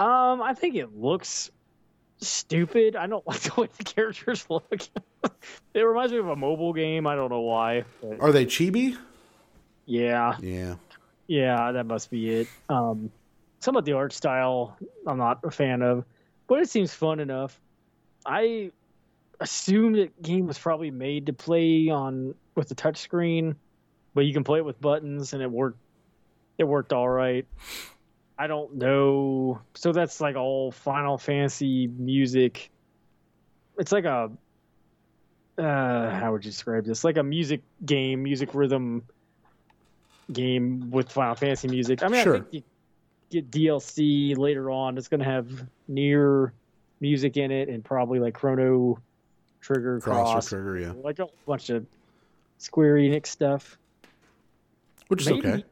Speaker 2: Um, I think it looks stupid. I don't *laughs* like the way the characters look. *laughs* it reminds me of a mobile game. I don't know why. But
Speaker 3: Are they chibi?
Speaker 2: yeah,
Speaker 3: Yeah.
Speaker 2: yeah, that must be it. Um, some of the art style I'm not a fan of, but it seems fun enough. I assume that game was probably made to play on with the touch screen, but you can play it with buttons, and it worked. It worked all right. I don't know. So that's like all Final Fantasy music. It's like a uh, how would you describe this? Like a music game, music rhythm game with Final Fantasy music. I mean,
Speaker 3: Sure.
Speaker 2: I think you get DLC later on. It's going to have near music in it and probably like Chrono Trigger
Speaker 3: Cross,
Speaker 2: Cross,
Speaker 3: or trigger, yeah.
Speaker 2: like a whole bunch of Square Enix stuff.
Speaker 3: Which is
Speaker 2: Maybe-
Speaker 3: okay.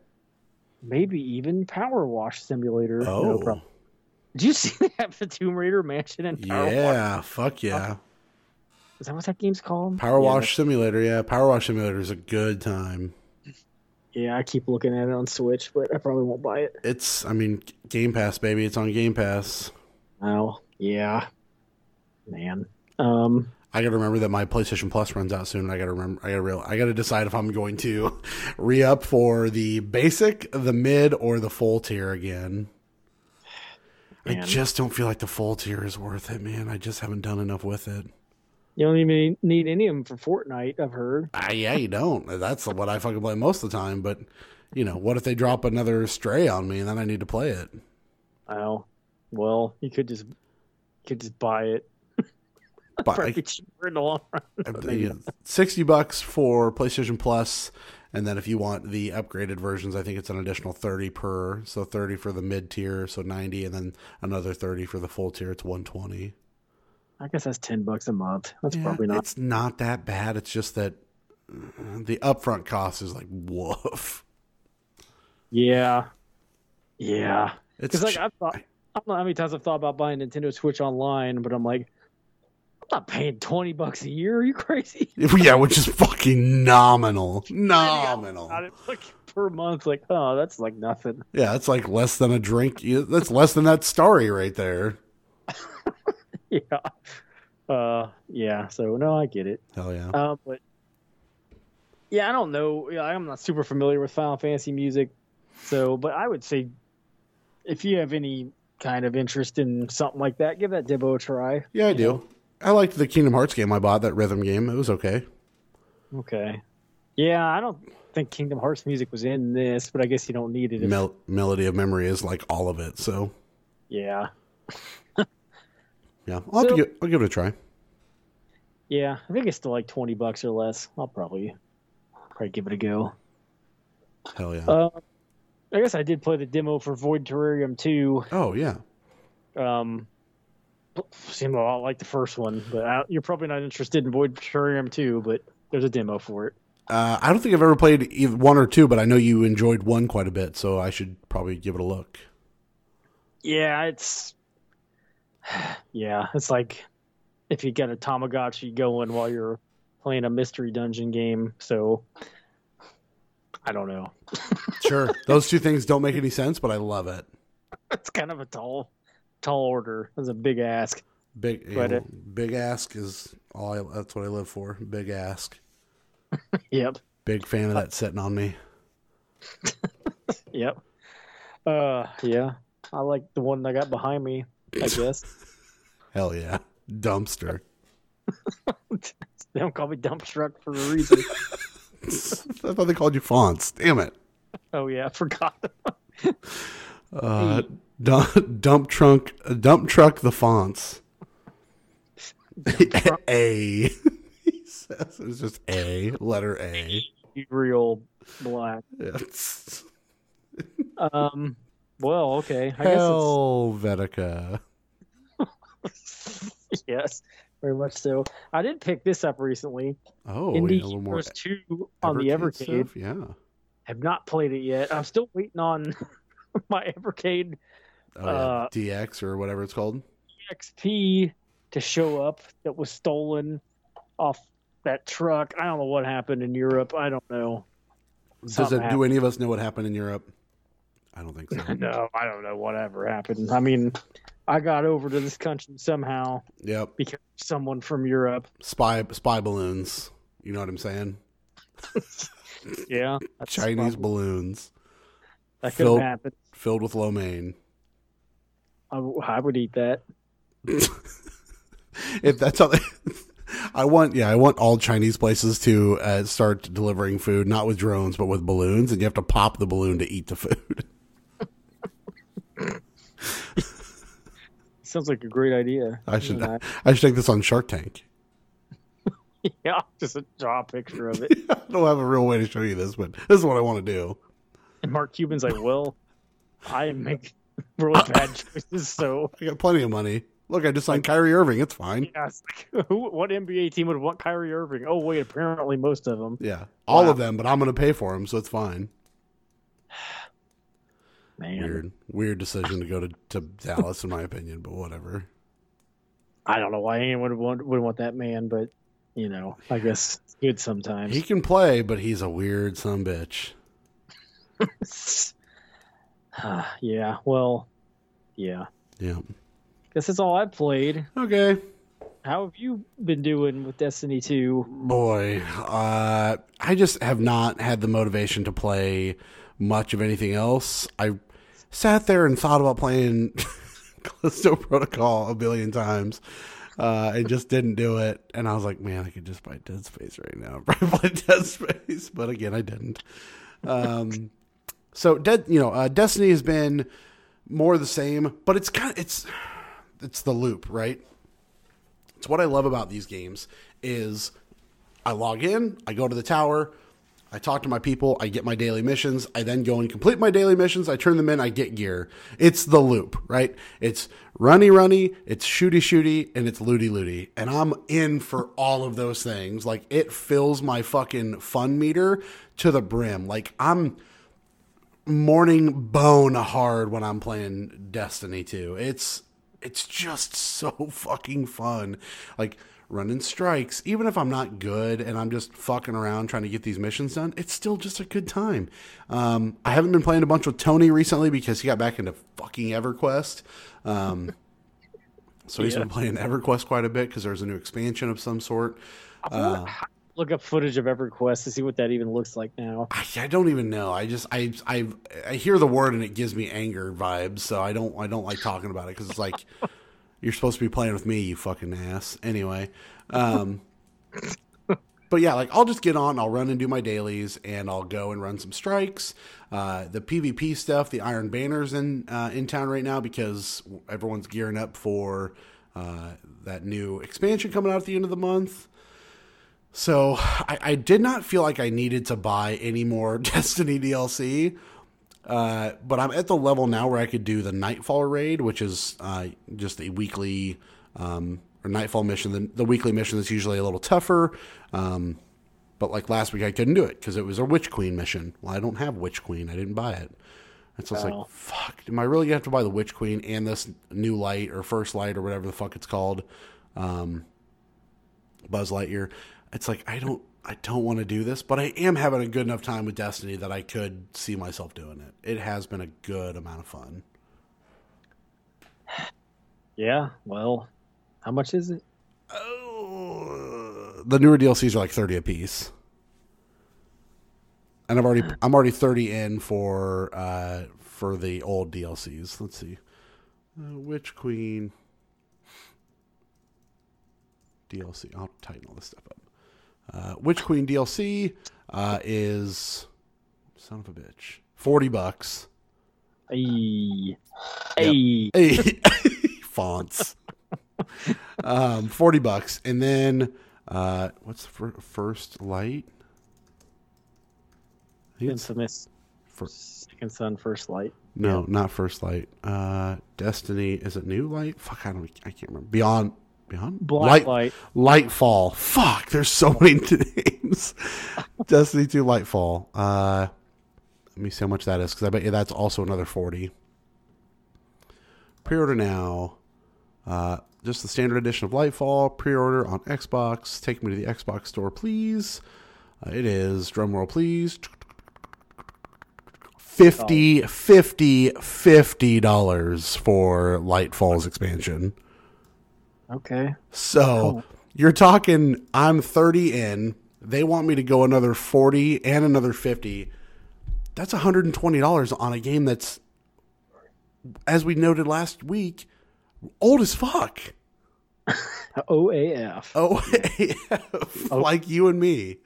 Speaker 2: Maybe even Power Wash Simulator. No problem.
Speaker 3: Oh.
Speaker 2: Did you *laughs* see that the Tomb Raider mansion and Power Wash?
Speaker 3: Yeah, fuck yeah.
Speaker 2: Is that what that game's called?
Speaker 3: Power
Speaker 2: Yeah,
Speaker 3: Wash Simulator, yeah. Power Wash Simulator is a good time.
Speaker 2: that- Yeah, I keep looking at it on Switch, but I probably won't buy it.
Speaker 3: It's, I mean, Game Pass, baby. It's on Game Pass.
Speaker 2: Oh, yeah, man. Um,
Speaker 3: I gotta remember that my PlayStation Plus runs out soon. and I gotta remember. I gotta real. I gotta decide if I'm going to *laughs* re up for the basic, the mid, or the full tier again. I
Speaker 2: Man.
Speaker 3: just don't feel like the full tier is worth it, man. I just haven't done enough with it.
Speaker 2: you don't even need any of them for Fortnite. I've heard.
Speaker 3: Ah, yeah, you don't. That's what I fucking play most of the time. But you know, what if they drop another stray on me and then I need to play it?
Speaker 2: Oh, well, you could just could just buy it.
Speaker 3: But
Speaker 2: Probably
Speaker 3: I,
Speaker 2: *laughs* cheaper in the long run.
Speaker 3: you know, sixty bucks for PlayStation Plus, and then if you want the upgraded versions, I think it's an additional thirty per. So thirty for the mid tier, so ninety, and then another thirty for the full tier. It's one twenty.
Speaker 2: I guess that's ten bucks a month. That's probably not.
Speaker 3: It's not that bad. It's just that uh, the upfront cost is like woof.
Speaker 2: Yeah, yeah.
Speaker 3: It's
Speaker 2: Because like
Speaker 3: ch-
Speaker 2: I've thought, I don't know how many times I've thought about buying Nintendo Switch online, but I'm like, I'm not paying twenty bucks a year. Are you crazy?
Speaker 3: *laughs* yeah, which is fucking
Speaker 2: *laughs*
Speaker 3: nominal, nominal.
Speaker 2: Not it, like per month, like oh, that's like nothing. *laughs*
Speaker 3: Yeah, that's like less than a drink. Yeah, That's less than that starry right there.
Speaker 2: Yeah, uh, yeah. So no, I get it.
Speaker 3: Hell yeah.
Speaker 2: Uh, but yeah, I don't know. Yeah, I'm not super familiar with Final Fantasy music, so but I would say if you have any kind of interest in something like that, give that demo a try.
Speaker 3: Yeah, I do. I liked the Kingdom Hearts game I bought, that rhythm game. It was okay.
Speaker 2: Okay. Yeah, I don't think Kingdom Hearts music was in this, but I guess you don't need it. If,
Speaker 3: Mel- Melody of Memory is like all of it. So
Speaker 2: yeah.
Speaker 3: yeah, I'll, have to
Speaker 2: So-
Speaker 3: give, I'll give it a try.
Speaker 2: Yeah, I think it's still like 20 bucks or less. I'll probably probably give it a go.
Speaker 3: Hell yeah.
Speaker 2: Uh, I guess I did play the demo for Void Terrarium 2.
Speaker 3: oh yeah.
Speaker 2: Um, seemed a lot like the first one, but I, you're probably not interested in Void Terrarium 2, but there's a demo for it.
Speaker 3: Uh, I don't think I've ever played either one or two, but I know you enjoyed one quite a bit, so I should probably give it a look.
Speaker 2: Yeah, it's *sighs* yeah, it's like if you get a Tamagotchi going while you're playing a mystery dungeon game. So I don't *laughs* know.
Speaker 3: Sure, *laughs* those two things don't make any sense, but I love it.
Speaker 2: It's kind of a tall, tall order. That's a big ask.
Speaker 3: Big,
Speaker 2: But
Speaker 3: you know, big ask is all. I, that's what I live for. Big ask.
Speaker 2: Yep,
Speaker 3: Big fan of
Speaker 2: Uh,
Speaker 3: that sitting on me.
Speaker 2: yep. Uh, yeah. I like the one I got behind me. I guess *laughs*
Speaker 3: Hell yeah, dumpster. *laughs*
Speaker 2: they don't call me dump truck for a reason.
Speaker 3: I thought they called you fonts. Damn it.
Speaker 2: *laughs* oh yeah, I forgot.
Speaker 3: Uh, dump, dump trunk, dump truck the fonts. *laughs* a. he says it's just a letter A.
Speaker 2: Real black.
Speaker 3: It's
Speaker 2: Um. Well, okay. I guess it's
Speaker 3: Helvetica.
Speaker 2: *laughs* yes, very much so. I did pick this up recently.
Speaker 3: Oh, we
Speaker 2: Indie
Speaker 3: need a little more
Speaker 2: Heroes 2 on the
Speaker 3: Evercade
Speaker 2: Evercade.
Speaker 3: stuff, Yeah.
Speaker 2: Have not played it yet. I'm still waiting on *laughs* my Evercade
Speaker 3: Oh,
Speaker 2: Uh,
Speaker 3: yeah. DX or whatever it's called.
Speaker 2: XP to show up that was stolen off that truck. I don't know what happened in Europe. I don't know.
Speaker 3: Does
Speaker 2: something
Speaker 3: it, do any of us know what happened in Europe? I don't think so.
Speaker 2: happened. No, I don't know whatever happened. I mean, I got over to this country somehow
Speaker 3: yep.
Speaker 2: because someone from Europe.
Speaker 3: Spy spy balloons. You know what I'm saying?
Speaker 2: Yeah, that's
Speaker 3: Chinese
Speaker 2: probably-
Speaker 3: balloons
Speaker 2: That could
Speaker 3: filled-
Speaker 2: have happened.
Speaker 3: filled with lo mein.
Speaker 2: I, w- I would eat that.
Speaker 3: If that's how they, I want, yeah, I want all Chinese places to uh, start delivering food, not with drones, but with balloons, and you have to pop the balloon to eat the food. *laughs*
Speaker 2: Sounds like a great idea.
Speaker 3: I should, *laughs*
Speaker 2: Yeah.
Speaker 3: I should take this on Shark Tank. *laughs*
Speaker 2: Yeah, just a draw a picture of it.
Speaker 3: I don't have a real way to show you this, but this is what I want to do.
Speaker 2: And Mark Cuban's like, "Well, I make really
Speaker 3: *laughs*
Speaker 2: bad choices, so
Speaker 3: I got plenty of money. Look, I just signed Kyrie Irving. It's fine.
Speaker 2: Yeah, it's like, *laughs* who, what NBA team would want Kyrie Irving? Oh, wait, apparently most of them.
Speaker 3: Yeah, all
Speaker 2: Wow.
Speaker 3: of them, but I'm going to pay for them, so it's fine.
Speaker 2: Man,
Speaker 3: Weird, weird decision to go to, to Dallas, in my opinion, but whatever.
Speaker 2: *laughs* I don't know why anyone would want, would want that man, but, you know, I guess it's good sometimes.
Speaker 3: He can play, but he's a weird son of a bitch.
Speaker 2: *sighs* Ah, yeah, well, yeah.
Speaker 3: Yeah.
Speaker 2: This is all I've played.
Speaker 3: Okay.
Speaker 2: How have you been doing with Destiny 2?
Speaker 3: Boy, uh, I just have not had the motivation to play much of anything else. I sat there and thought about playing *laughs* Callisto Protocol a billion times uh, and just didn't do it. And I was like, man, I could just buy Dead Space right now. *laughs* Probably play Dead Space, but again, I didn't. Um, so, Dead, you know, uh, Destiny has been more of the same, but it's kind of it's it's the loop, right? It's what I love about these games is I log in, I go to the tower, I talk to my people, I get my daily missions, I then go and complete my daily missions, I turn them in, I get gear. It's the loop, right? It's runny runny, it's shooty shooty, and it's looty looty. And I'm in for all of those things. Like it fills my fucking fun meter to the brim. Like I'm morning bone hard when I'm playing Destiny 2. It's it's just so fucking fun. Like running strikes, even if I'm not good and I'm just fucking around trying to get these missions done, it's still just a good time. Um, I haven't been playing a bunch with Tony recently because he got back into fucking EverQuest. Um, *laughs* so he's been playing EverQuest quite a bit because there's a new expansion of some sort. Uh,
Speaker 2: Look up footage of EverQuest to see what that even looks like now.
Speaker 3: I, I don't even know. I just I I I hear the word and it gives me anger vibes. So I don't I don't like talking about it because it's like *laughs* you're supposed to be playing with me, you fucking ass. Anyway, um, *laughs* but yeah, like I'll just get on, I'll run and do my dailies, and I'll go and run some strikes. Uh, the PvP stuff, the Iron Banners in uh, in town right now because everyone's gearing up for uh, that new expansion coming out at the end of the month. So I, I did not feel like I needed to buy any more *laughs* Destiny DLC. Uh, but I'm at the level now where I could do the Nightfall raid, which is uh, just a weekly um, or Nightfall mission. The, the weekly mission is usually a little tougher. Um, but like last week, I couldn't do it because it was a Witch Queen mission. Well, I don't have Witch Queen. I didn't buy it. And so it's
Speaker 2: Oh.
Speaker 3: like, fuck, am I really going to have to buy the Witch Queen and this new light or first light or whatever the fuck it's called? Um, Buzz Lightyear. It's like I don't I don't want to do this, but I am having a good enough time with Destiny that I could see myself doing it. It has been a good amount of fun.
Speaker 2: Yeah, well, how much is it?
Speaker 3: Oh, the newer DLCs are like 30 apiece. And I've already I'm already 30 in for uh for the old DLCs. Let's see. Uh, Witch Queen DLC. I'll tighten all this stuff up. Uh, Witch Queen DLC uh, is son of a bitch. 40 bucks.
Speaker 2: Hey. Hey.
Speaker 3: Hey, *laughs* fonts. um, forty bucks, and then uh, what's the fir- first light? I think it's
Speaker 2: Infamous
Speaker 3: fir-
Speaker 2: Second Son First Light.
Speaker 3: no, not first light. Uh, Destiny is it new light? Fuck, I don't. I can't remember. Beyond, beyond
Speaker 2: Black Light.
Speaker 3: Lightfall. Fuck, there's so *laughs* many names. Destiny two Lightfall. Uh, let me see how much that is because I bet you that's also another forty. Pre-order now. Uh, just the standard edition of Lightfall. Pre-order on Xbox. Take me to the Xbox store, please. Uh, it is drumroll, please. 50 50 50 dollars for Light Falls expansion.
Speaker 2: Okay.
Speaker 3: So you're talking I'm 30 in, they want me to go another 40 and another 50. That's $120 on a game that's as we noted last week, old as fuck. *laughs*
Speaker 2: OAF.
Speaker 3: Oh, like you and me.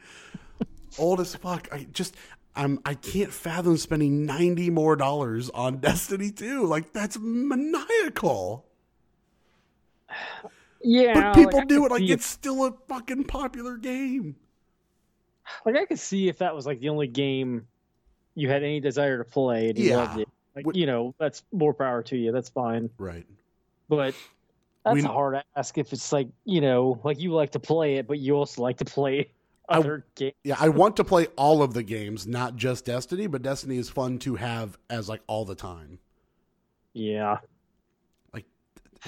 Speaker 3: Old as fuck. I just I'm I can't fathom spending 90 more dollars on Destiny 2. Like that's maniacal.
Speaker 2: Yeah.
Speaker 3: But
Speaker 2: like,
Speaker 3: people
Speaker 2: I
Speaker 3: do
Speaker 2: could
Speaker 3: it like
Speaker 2: see
Speaker 3: it's still a fucking popular game.
Speaker 2: if- like I could see if that was like the only game you had any desire to play and you
Speaker 3: Yeah.
Speaker 2: loved it. Like,
Speaker 3: Wh-
Speaker 2: you know, that's more power to you. That's fine.
Speaker 3: Right.
Speaker 2: But that's
Speaker 3: We-
Speaker 2: a hard ask if it's like, you know, like you like to play it, but you also like to play
Speaker 3: I-
Speaker 2: other games.
Speaker 3: Yeah, I want to play all of the games, not just Destiny, but Destiny is fun to have as like all the time.
Speaker 2: Yeah.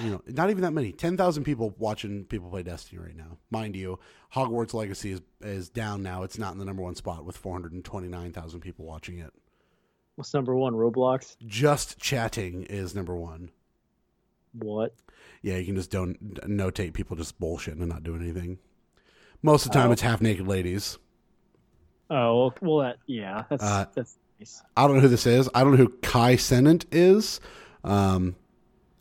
Speaker 3: you know, not even that many. Ten thousand people watching people play Destiny right now, mind you. Hogwarts Legacy is is down now. It's not in the number one spot with four hundred and twenty nine thousand people watching it.
Speaker 2: What's number one? Roblox?
Speaker 3: Just chatting is number one.
Speaker 2: What?
Speaker 3: Yeah, you can just don't notate people just bullshitting and not doing anything. Most of the time,
Speaker 2: Oh.
Speaker 3: it's half naked ladies.
Speaker 2: Oh, well, well that, yeah. That's,
Speaker 3: Uh,
Speaker 2: that's nice.
Speaker 3: I don't know who this is. I don't know who Kai Senant is. Um,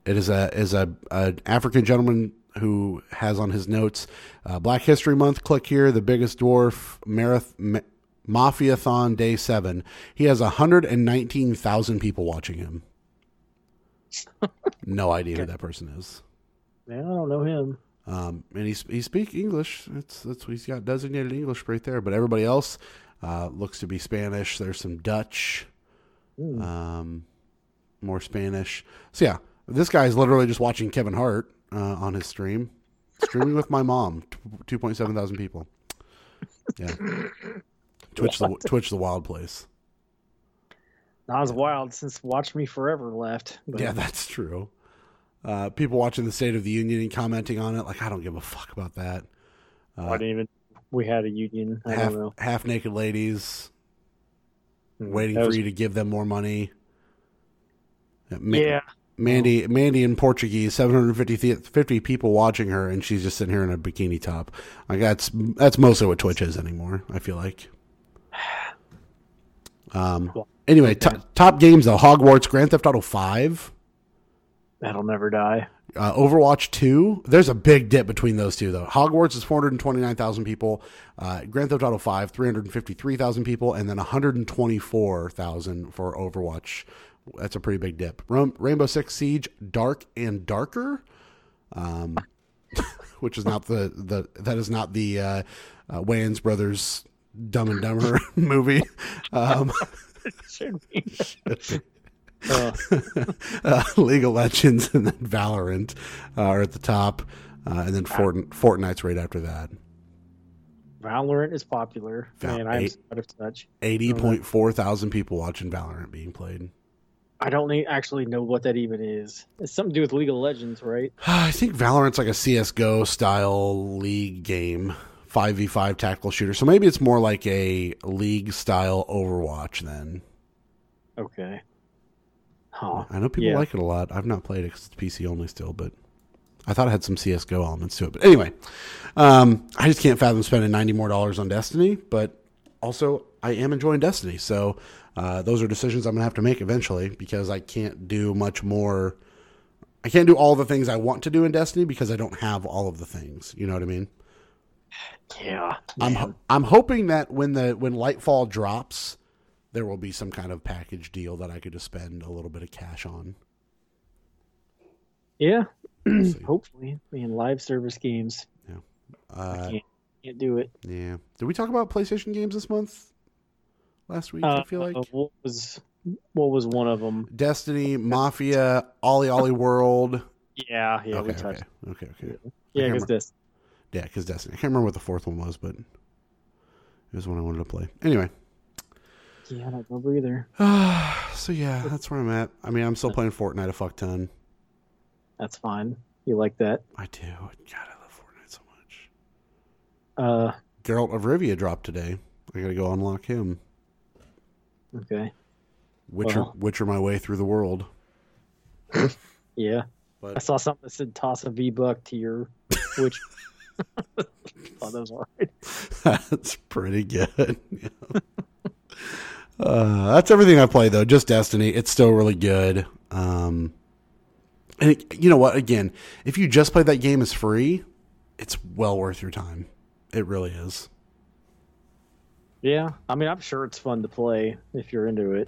Speaker 3: it is a is a, a African gentleman who has on his notes uh, Black History Month. Click here. The biggest dwarf marath ma- mafiathon day seven. He has hundred and nineteen thousand people watching him. no idea who that person is.
Speaker 2: Man, I don't know him.
Speaker 3: Um, and he sp- he speak English. That's that's what he's got designated English right there. But everybody else uh, looks to be Spanish. There's some Dutch,
Speaker 2: Hmm.
Speaker 3: um, more Spanish. So yeah, this guy's literally just watching Kevin Hart uh, on his stream, streaming with my mom. Two point seven thousand people. Yeah, Twitch the Twitch the wild place.
Speaker 2: I was wild since Watch Me Forever left. But
Speaker 3: Yeah, that's true. Uh, people watching the State of the Union and commenting on it, like I don't give a fuck about that.
Speaker 2: I didn't even. We had a union. I
Speaker 3: half
Speaker 2: don't know.
Speaker 3: half naked ladies.
Speaker 2: Hmm,
Speaker 3: waiting
Speaker 2: that
Speaker 3: for
Speaker 2: was-
Speaker 3: you to give them more money. Uh, Ma-
Speaker 2: Yeah.
Speaker 3: Mandy, Mandy in Portuguese, 750 th- 50 people watching her, and she's just sitting here in a bikini top. Like that's that's mostly what Twitch is anymore. I feel
Speaker 2: *sighs*
Speaker 3: like. Um. Anyway, to- top games though: Hogwarts, Grand Theft Auto Five,
Speaker 2: That'll
Speaker 3: *laughs*
Speaker 2: never die.
Speaker 3: uh, Overwatch Two. There's a big dip between those two though. Hogwarts is 429,000 people. Uh, Grand Theft Auto Five, 353,000 people, and then 124,000 for Overwatch. That's a pretty big dip. Ram- Rainbow Six Siege, Dark and Darker, um, *laughs* which is not the, the that is not the uh, uh, Wayans brothers Dumb and Dumber *laughs* movie. Um,
Speaker 2: Uh,
Speaker 3: *laughs* uh, League of Legends and then Valorant uh, are at the top, uh, and then Fortin- Fortnite's right after that.
Speaker 2: Valorant is popular.
Speaker 3: Val-
Speaker 2: Man, I'm
Speaker 3: eight.
Speaker 2: so out of touch.
Speaker 3: Eighty point four thousand people watching Valorant being played. *sighs*
Speaker 2: I don't e- actually know what that even is. It's something to do with League of Legends, right?
Speaker 3: I think Valorant's like a CS:GO style league game, five v five tactical shooter. So maybe it's more like a league style Overwatch. Then
Speaker 2: Okay. Huh.
Speaker 3: I know people
Speaker 2: Yeah.
Speaker 3: like it a lot. I've not played it because it's PC only still, but I thought it had some CS:GO elements to it. But anyway, um, I just can't fathom spending ninety more dollars on Destiny. But also, I am enjoying Destiny, so uh, those are decisions I'm gonna have to make eventually because I can't do much more. I can't do all the things I want to do in Destiny because I don't have all of the things. You know what I mean?
Speaker 2: Yeah.
Speaker 3: I'm
Speaker 2: man.
Speaker 3: ho- I'm hoping that when the when Lightfall drops, there will be some kind of package deal that I could just spend a little bit of cash on.
Speaker 2: yeah.
Speaker 3: We'll see.
Speaker 2: Hopefully, man, live service games
Speaker 3: Uh,
Speaker 2: can't do it.
Speaker 3: Yeah. Did we talk about PlayStation games this month? Last week, I feel like
Speaker 2: Uh, what was what was one of them? *laughs*
Speaker 3: Destiny, Mafia, Ollie Ollie World.
Speaker 2: Yeah, yeah, we
Speaker 3: okay,
Speaker 2: touched.
Speaker 3: okay, okay, okay.
Speaker 2: Yeah,
Speaker 3: can't
Speaker 2: because this.
Speaker 3: Yeah, because Destiny. I can't remember what the fourth one was, but it was one I wanted to play. Anyway, *sighs*
Speaker 2: Yeah, I don't remember either.
Speaker 3: so yeah, that's where I'm at. I mean, I'm still playing Fortnite a fuck ton.
Speaker 2: That's fine. You like that?
Speaker 3: I do. God, I love Fortnite so much.
Speaker 2: Uh,
Speaker 3: Geralt of Rivia dropped today. I gotta go unlock him.
Speaker 2: okay.
Speaker 3: Witcher,
Speaker 2: Uh-huh.
Speaker 3: Witcher my way through the world.
Speaker 2: Yeah.
Speaker 3: But-
Speaker 2: I saw something that said toss a V buck
Speaker 3: *laughs*
Speaker 2: to your which thought that was all right.
Speaker 3: *laughs* that's pretty good. *laughs* Yeah. uh, that's everything I play though. Just Destiny. It's still really good. Um, and it, you know what? Again, if you just play that game as free, it's well worth your time. It really is.
Speaker 2: Yeah. I mean I'm sure it's fun to play if you're into it.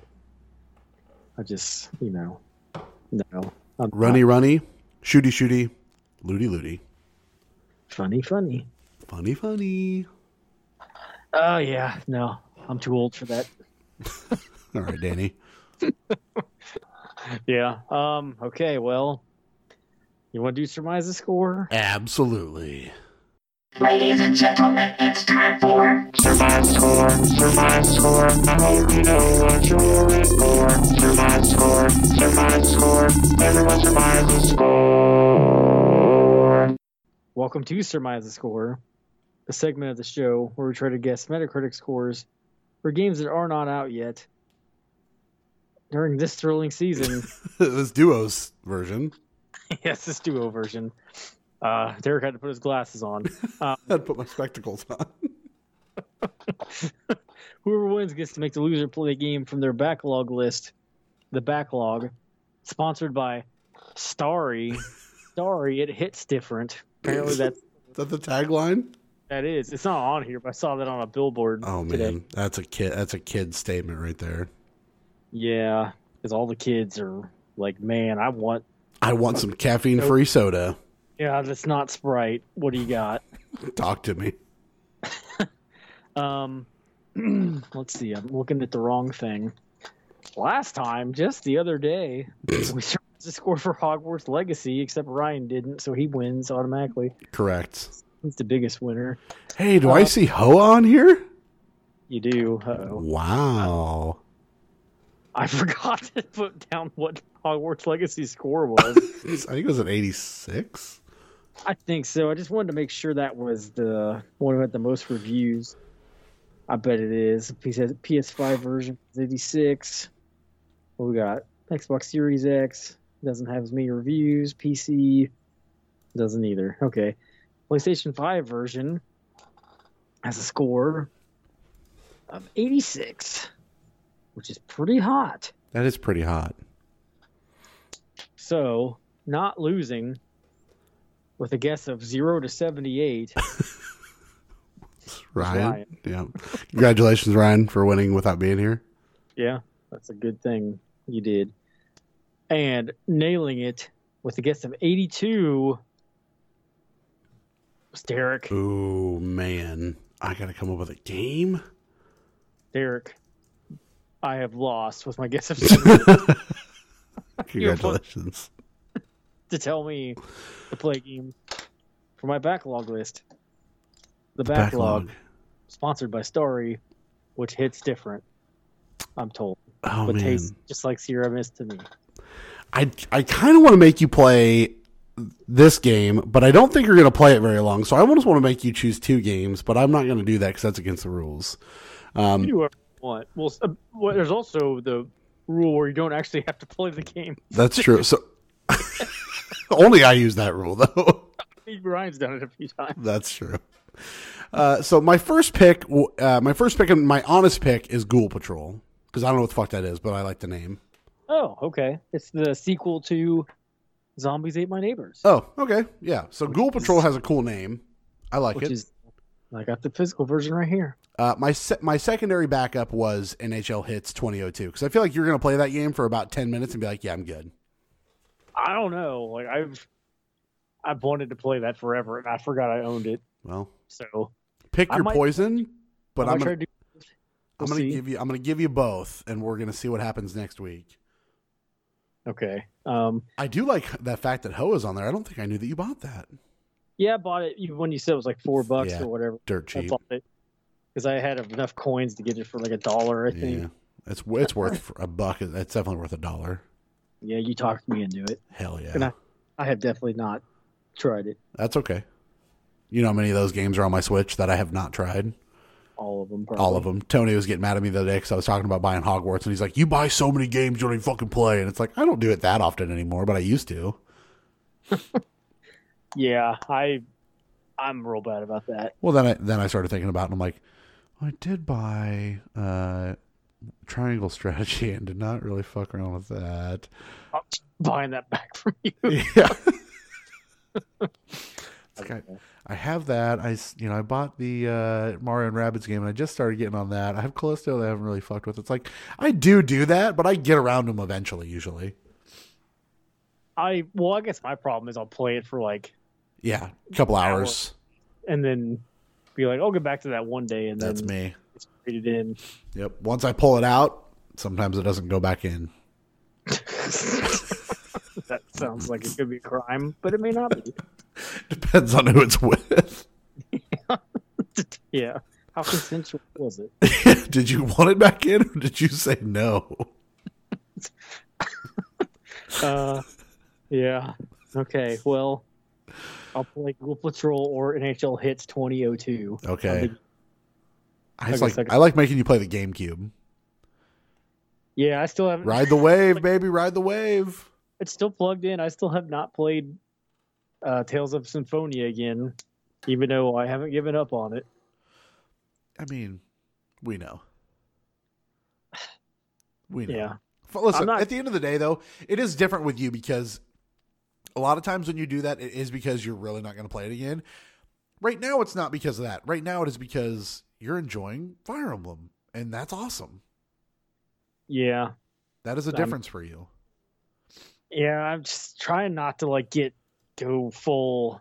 Speaker 2: I just you know no. I'm
Speaker 3: Runny, runny, shooty, shooty, looty, looty,
Speaker 2: not funny funny.
Speaker 3: funny, funny.
Speaker 2: Oh yeah, no. I'm too old for that.
Speaker 3: All right, Danny.
Speaker 2: Yeah. Um, okay, well you wanna do surmise the score?
Speaker 3: Absolutely.
Speaker 6: Ladies and gentlemen, it's time for Survive Score, Survive Score. I hope you know what you're in for. Survive Score, Survive Score. Everyone survives the score.
Speaker 2: Welcome to Surmise the Score, a segment of the show where we try to guess Metacritic scores for games that are not out yet. During this thrilling season,
Speaker 3: *laughs* this duos version.
Speaker 2: *laughs* yes, this duo version, uh, Derek had to put his glasses on.
Speaker 3: I'd put my spectacles on.
Speaker 2: *laughs*
Speaker 3: *laughs*
Speaker 2: Whoever wins gets to make the loser play a game from their backlog list. The backlog, sponsored by *laughs* Starry. Starry, it hits different. Apparently, that's
Speaker 3: Is that the tagline?
Speaker 2: that is. It's not on here, but I saw that on a billboard.
Speaker 3: Oh man,
Speaker 2: today.
Speaker 3: that's a kid. That's a kid statement right there.
Speaker 2: Yeah, because all the kids are like, man, I want.
Speaker 3: I want some caffeine free soda.
Speaker 2: Yeah, that's not Sprite. What do you got?
Speaker 3: Talk to me.
Speaker 2: Um, *clears throat* let's see. I'm looking at the wrong thing. Last time, just the
Speaker 3: *clears throat*
Speaker 2: other day, we surpassed the score for Hogwarts Legacy, except Ryan didn't, so he wins automatically.
Speaker 3: Correct.
Speaker 2: He's the biggest winner.
Speaker 3: Hey, do I see Hoa on here?
Speaker 2: You do. Uh-oh.
Speaker 3: Wow.
Speaker 2: I *laughs* forgot to put down what Hogwarts Legacy score was.
Speaker 3: I think it was an 86.
Speaker 2: I think so. I just wanted to make sure that was the one who had the most reviews. I bet it is. He says PS5 version is 86. What we got? Xbox Series X doesn't have as many reviews. PC doesn't either. Okay. PlayStation 5 version has a score of 86, which is pretty hot.
Speaker 3: That is pretty hot.
Speaker 2: So, not losing with a guess of 0 to 78.
Speaker 3: Ryan. Yeah. Congratulations, Ryan, for winning without being here.
Speaker 2: Yeah, that's a good thing you did. And nailing it with a guess of 82 was Derek.
Speaker 3: Ooh, man. I got to come up with a game.
Speaker 2: Derek, I have lost with my guess of
Speaker 3: Congratulations.
Speaker 2: to tell me to play a game for my backlog list. The backlog,
Speaker 3: Backlog.
Speaker 2: sponsored by Starry, which hits different, I'm told,
Speaker 3: Oh,
Speaker 2: but
Speaker 3: man.
Speaker 2: tastes just like Sierra Mist to me.
Speaker 3: I I kind of want to make you play this game, but I don't think you're going to play it very long. So I almost want to make you choose two games, but I'm not going to do that because that's against the rules. Um,
Speaker 2: You do whatever you want. Well, s- uh, well, there's also the rule where you don't actually have to play the game.
Speaker 3: That's true. So *laughs* only I use that rule *laughs* though.
Speaker 2: Ryan's done it a few times.
Speaker 3: That's true. Uh, so my first pick, w- uh, my first pick, and my honest pick is Ghoul Patrol because I don't know what the fuck that is, but I like the name.
Speaker 2: Oh, okay. It's the sequel to Zombies Ate My Neighbors,
Speaker 3: Oh, okay, yeah. So Ghoul Patrol has a cool name. I like
Speaker 2: which
Speaker 3: it.
Speaker 2: is I got the physical version right here.
Speaker 3: Uh, my se- my secondary backup was NHL Hits 2002 because I feel like you're gonna play that game for about 10 minutes and be like, yeah, I'm good.
Speaker 2: I don't know. Like I've I've wanted to play that forever, and I forgot I owned it.
Speaker 3: Well,
Speaker 2: So
Speaker 3: pick
Speaker 2: I
Speaker 3: your
Speaker 2: might-
Speaker 3: poison, but
Speaker 2: I
Speaker 3: I'm
Speaker 2: might
Speaker 3: gonna,
Speaker 2: try to do.
Speaker 3: I'm
Speaker 2: we'll
Speaker 3: gonna
Speaker 2: see.
Speaker 3: give you I'm gonna give you both, and we're gonna see what happens next week.
Speaker 2: Okay. Um.
Speaker 3: I do like that fact that Ho is on there. I don't think I knew that you bought that.
Speaker 2: Yeah, I bought it you- when you said it was like four bucks
Speaker 3: Yeah,
Speaker 2: or whatever.
Speaker 3: Dirt
Speaker 2: I
Speaker 3: cheap.
Speaker 2: bought it because I had enough coins to get it for like a dollar. I think.
Speaker 3: Yeah, it's it's worth a buck. It's definitely worth a dollar.
Speaker 2: Yeah, you talked me into it.
Speaker 3: Hell yeah,
Speaker 2: And I- I have definitely not tried it.
Speaker 3: that's okay. You know how many of those games are on my Switch that I have not tried?
Speaker 2: all of them. Probably.
Speaker 3: all of them. Tony was getting mad at me the other day because I was talking about buying Hogwarts, and he's like, "You buy so many games you don't even fucking play," and it's like I don't do it that often anymore, but I used to.
Speaker 2: Yeah, I, I'm real bad about that.
Speaker 3: Well, then I then I started thinking about, it, and I'm like, I did buy uh, Triangle Strategy *laughs* and did not really fuck around with that. *laughs*
Speaker 2: Buying that *laughs* back from you.
Speaker 3: yeah. It's like I, I have that. I s- you know I bought the uh, Mario and Rabbids game and I just started getting on that. I have Callisto that I haven't really fucked with. It's like I do do that, but I get around them eventually. Usually,
Speaker 2: I well, I guess my problem is I'll play it for like,
Speaker 3: yeah, a couple
Speaker 2: Hour.
Speaker 3: hours.
Speaker 2: and then be like, I'll get back to that one day, and
Speaker 3: That's
Speaker 2: then
Speaker 3: me.
Speaker 2: it's traded in. *laughs*
Speaker 3: Yep. Once I pull it out, sometimes it doesn't go back in. *laughs*
Speaker 2: that sounds like it could be a crime, but it may not be.
Speaker 3: Depends on who it's with. *laughs*
Speaker 2: yeah. How consensual was it?
Speaker 3: did you want it back in, or did you say no?
Speaker 2: Uh, yeah. Okay. Well, I'll play Google Patrol or NHL Hits 2002.
Speaker 3: Okay. I just
Speaker 2: Okay,
Speaker 3: like
Speaker 2: second.
Speaker 3: I like making you play the GameCube.
Speaker 2: Yeah, I still haven't.
Speaker 3: Ride the wave, baby. Ride the wave.
Speaker 2: It's still plugged in. I still have not played uh, Tales of Symphonia again, even though I haven't given up on it.
Speaker 3: I mean, we know. We know.
Speaker 2: Yeah.
Speaker 3: F- Listen,
Speaker 2: I'm not-
Speaker 3: at the end of the day, though, it is different with you because a lot of times when you do that, it is because you're really not going to play it again. Right now, it's not because of that. Right now, it is because you're enjoying Fire Emblem, and that's awesome.
Speaker 2: Yeah.
Speaker 3: That is a
Speaker 2: I'm-
Speaker 3: difference for you.
Speaker 2: Yeah, I'm just trying not to like get go full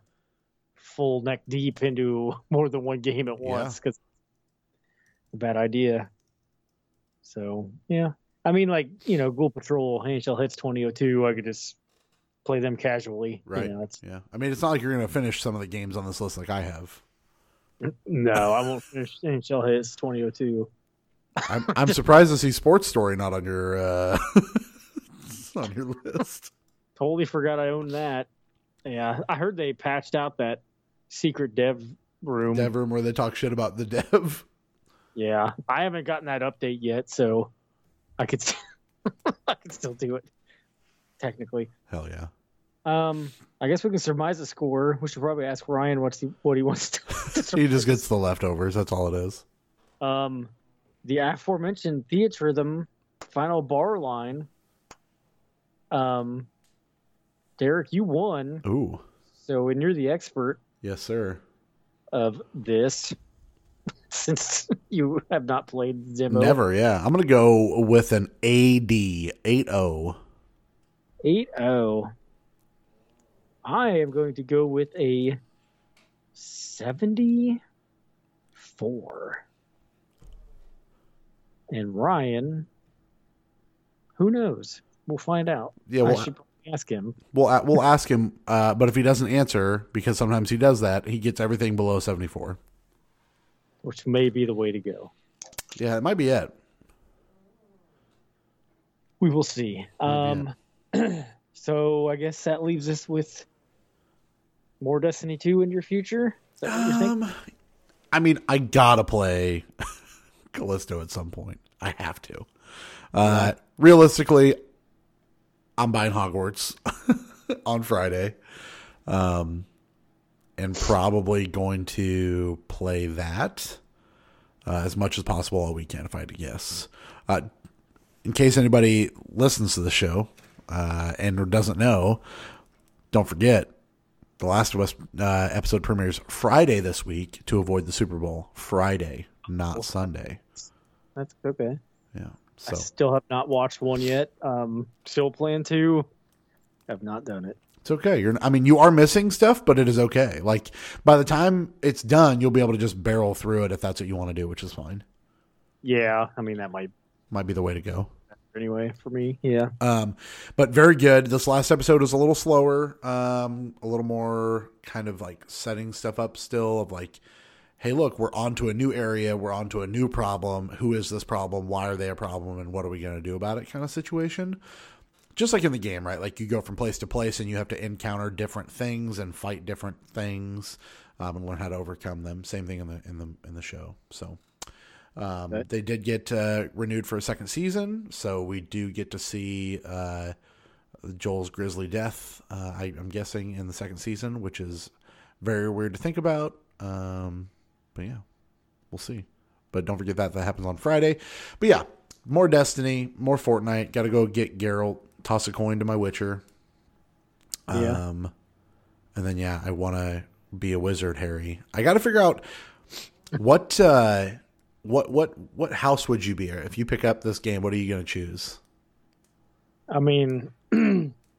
Speaker 2: full neck deep into more than one game at
Speaker 3: Yeah.
Speaker 2: once because a bad idea. So yeah. I mean like, you know, Ghoul Patrol, NHL Hits twenty oh two, I could just play them casually.
Speaker 3: Right.
Speaker 2: You know, it's,
Speaker 3: Yeah. I mean, it's not like you're going to finish some of the games on this list like I have.
Speaker 2: *laughs* no, I won't finish NHL Hits twenty oh two.
Speaker 3: I'm, I'm surprised to see Sports Story not on your uh, *laughs* it's on your list.
Speaker 2: Totally forgot I owned that. Yeah. I heard they patched out that secret dev room.
Speaker 3: Dev room where they talk shit about the dev. *laughs*
Speaker 2: Yeah, I haven't gotten that update yet, so I could st- *laughs* I could still do it technically.
Speaker 3: Hell yeah.
Speaker 2: Um, I guess we can surmise a score. We should probably ask Ryan what's he, what he wants to. to *laughs*
Speaker 3: He
Speaker 2: surmise.
Speaker 3: just gets the leftovers. That's all it is.
Speaker 2: um, the aforementioned theatrhythm final bar line. Um, Derek, you won,
Speaker 3: Ooh.
Speaker 2: so and you're the expert
Speaker 3: Yes, sir.
Speaker 2: of this, *laughs* since you have not played the demo.
Speaker 3: Never, yeah. I'm gonna go with an AD eight oh. O.
Speaker 2: Eight oh. I am going to go with a seventy-four. And Ryan, who knows? We'll find out.
Speaker 3: Yeah,
Speaker 2: I
Speaker 3: we'll
Speaker 2: should probably ask him.
Speaker 3: we'll, a- we'll ask him, uh, but if he doesn't answer, because sometimes he does that, he gets everything below seventy four.
Speaker 2: Which may be the way to go.
Speaker 3: Yeah, it might be it.
Speaker 2: We will see.
Speaker 3: Oh,
Speaker 2: Um, *clears throat* so I guess that leaves us with more Destiny Two in your future. Is that what you're thinking?
Speaker 3: Um, I mean, I gotta play *laughs* Callisto at some point. I have to. Uh, realistically, I'm buying Hogwarts *laughs* on Friday, um, and probably going to play that uh, as much as possible all weekend, if I had to guess. Uh, in case anybody listens to the show uh, and or doesn't know, don't forget the Last of Us uh, episode premieres Friday this week to avoid the Super Bowl. Friday, not Sunday.
Speaker 2: That's okay.
Speaker 3: Yeah.
Speaker 2: I
Speaker 3: So
Speaker 2: still have not watched one yet. Um, still plan to. Have not done it.
Speaker 3: it's okay. You're. I mean, you are missing stuff, but it is okay. Like by the time it's done, you'll be able to just barrel through it if that's what you want to do, which is fine.
Speaker 2: Yeah, I mean that might
Speaker 3: Might be the way to go.
Speaker 2: anyway for me. Yeah,
Speaker 3: Um, but very good. This last episode was a little slower, um, a little more kind of like setting stuff up still of like, hey, look, we're onto a new area, we're onto a new problem. Who is this problem? Why are they a problem? And what are we going to do about it? Kind of situation. Just like in the game, right? Like you go from place to place and you have to encounter different things and fight different things, um, and learn how to overcome them. Same thing in the in the in the show. So Um,
Speaker 2: Okay.
Speaker 3: They did get uh, renewed for a second season, so we do get to see uh, Joel's grisly death. Uh, I, I'm guessing in the second season, which is very weird to think about. Um, but yeah, we'll see. But don't forget that that happens on Friday. But yeah, more Destiny, more Fortnite. Got to go get Geralt. Toss a coin to my Witcher.
Speaker 2: Yeah.
Speaker 3: Um, and then yeah, I want to be a wizard, Harry. I got to figure out what uh, what what what house would you be if you pick up this game? What are you going to choose?
Speaker 2: I mean,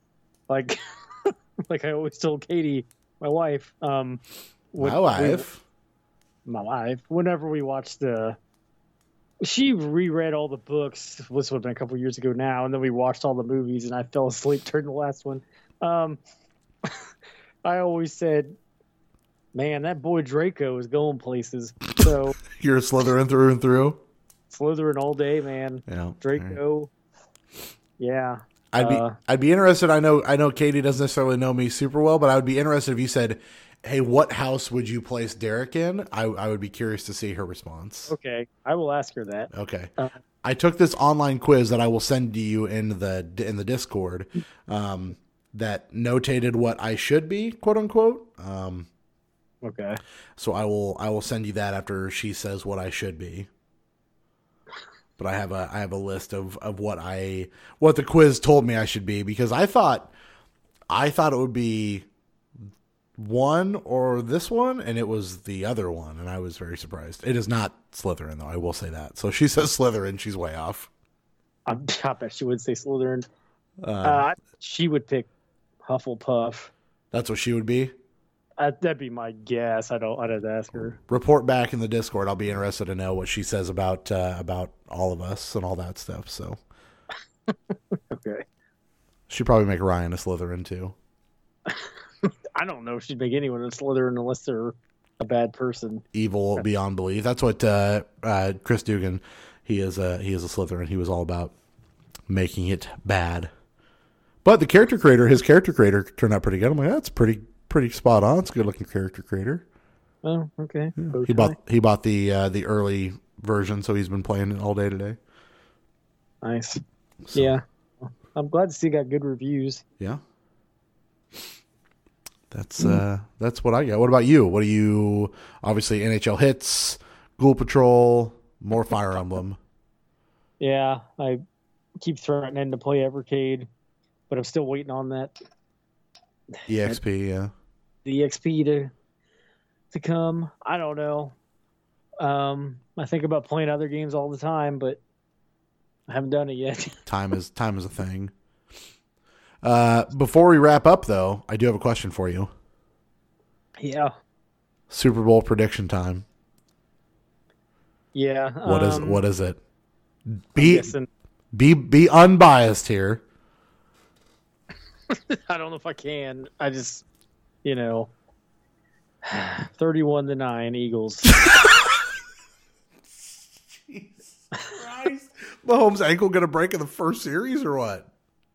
Speaker 2: *clears throat* like, *laughs* like I always told Katie, my wife, um, when-
Speaker 3: my wife.
Speaker 2: we- my wife. Whenever we watched the, she reread all the books. This would have been a couple years ago now, and then we watched all the movies, and I fell asleep *laughs* during the last one. Um, *laughs* I always said, "Man, that boy Draco is going places." So *laughs*
Speaker 3: You're a Slytherin through and through.
Speaker 2: Slytherin all day, man.
Speaker 3: Yeah, all right.
Speaker 2: Draco. Yeah.
Speaker 3: I'd be
Speaker 2: uh,
Speaker 3: I'd be interested. I know I know Katie doesn't necessarily know me super well, but I would be interested if you said, "Hey, what house would you place Derek in?" I I would be curious to see her response.
Speaker 2: Okay, I will ask her that.
Speaker 3: Okay.
Speaker 2: Uh,
Speaker 3: I took this online quiz that I will send to you in the in the Discord um, that notated what I should be, quote unquote. Um,
Speaker 2: Okay.
Speaker 3: so I will I will send you that after she says what I should be. But I have a I have a list of of what I what the quiz told me I should be because I thought I thought it would be one or this one and it was the other one and I was very surprised. It is not Slytherin though, I will say that. So she *laughs* says Slytherin, she's way off.
Speaker 2: I, *laughs* I bet she would say Slytherin.
Speaker 3: Uh,
Speaker 2: Uh, she would pick Hufflepuff.
Speaker 3: that's what she would be.
Speaker 2: Uh, that'd be my guess. I don't. I'd have to ask her.
Speaker 3: Report back in the Discord. I'll be interested to know what she says about uh, about all of us and all that stuff. So
Speaker 2: Okay.
Speaker 3: she'd probably make Ryan a Slytherin too.
Speaker 2: I don't know if she'd make anyone a Slytherin unless they're a bad person.
Speaker 3: evil beyond belief. That's what uh, uh, Chris Dugan, he is a he is a Slytherin. He was all about making it bad. But the character creator, his character creator turned out pretty good. I'm like, that's pretty pretty spot on. It's a good looking character creator.
Speaker 2: Oh, okay. Bow
Speaker 3: He
Speaker 2: tie.
Speaker 3: bought he bought the uh, the early version, so he's been playing it all day today.
Speaker 2: Nice.
Speaker 3: So-
Speaker 2: Yeah. I'm glad to see you got good reviews.
Speaker 3: Yeah. That's uh that's what I got. What about you? What do you obviously NHL hits, Ghoul Patrol, more Fire Emblem.
Speaker 2: Yeah, I keep threatening to play Evercade, but I'm still waiting on that
Speaker 3: EXP, E yeah.
Speaker 2: the XP to to come. I don't know. Um, I think about playing other games all the time, but I haven't done it yet. *laughs*
Speaker 3: time is time is a thing. Uh, before we wrap up, though, I do have a question for you.
Speaker 2: yeah,
Speaker 3: Super Bowl prediction time.
Speaker 2: yeah.
Speaker 3: What is
Speaker 2: um,
Speaker 3: what is it? Be
Speaker 2: guessing-
Speaker 3: be be unbiased here.
Speaker 2: *laughs* I don't know if I can. I just, you know, *sighs* thirty-one to nine Eagles.
Speaker 3: *laughs* Mahomes' ankle gonna break in the first series or what?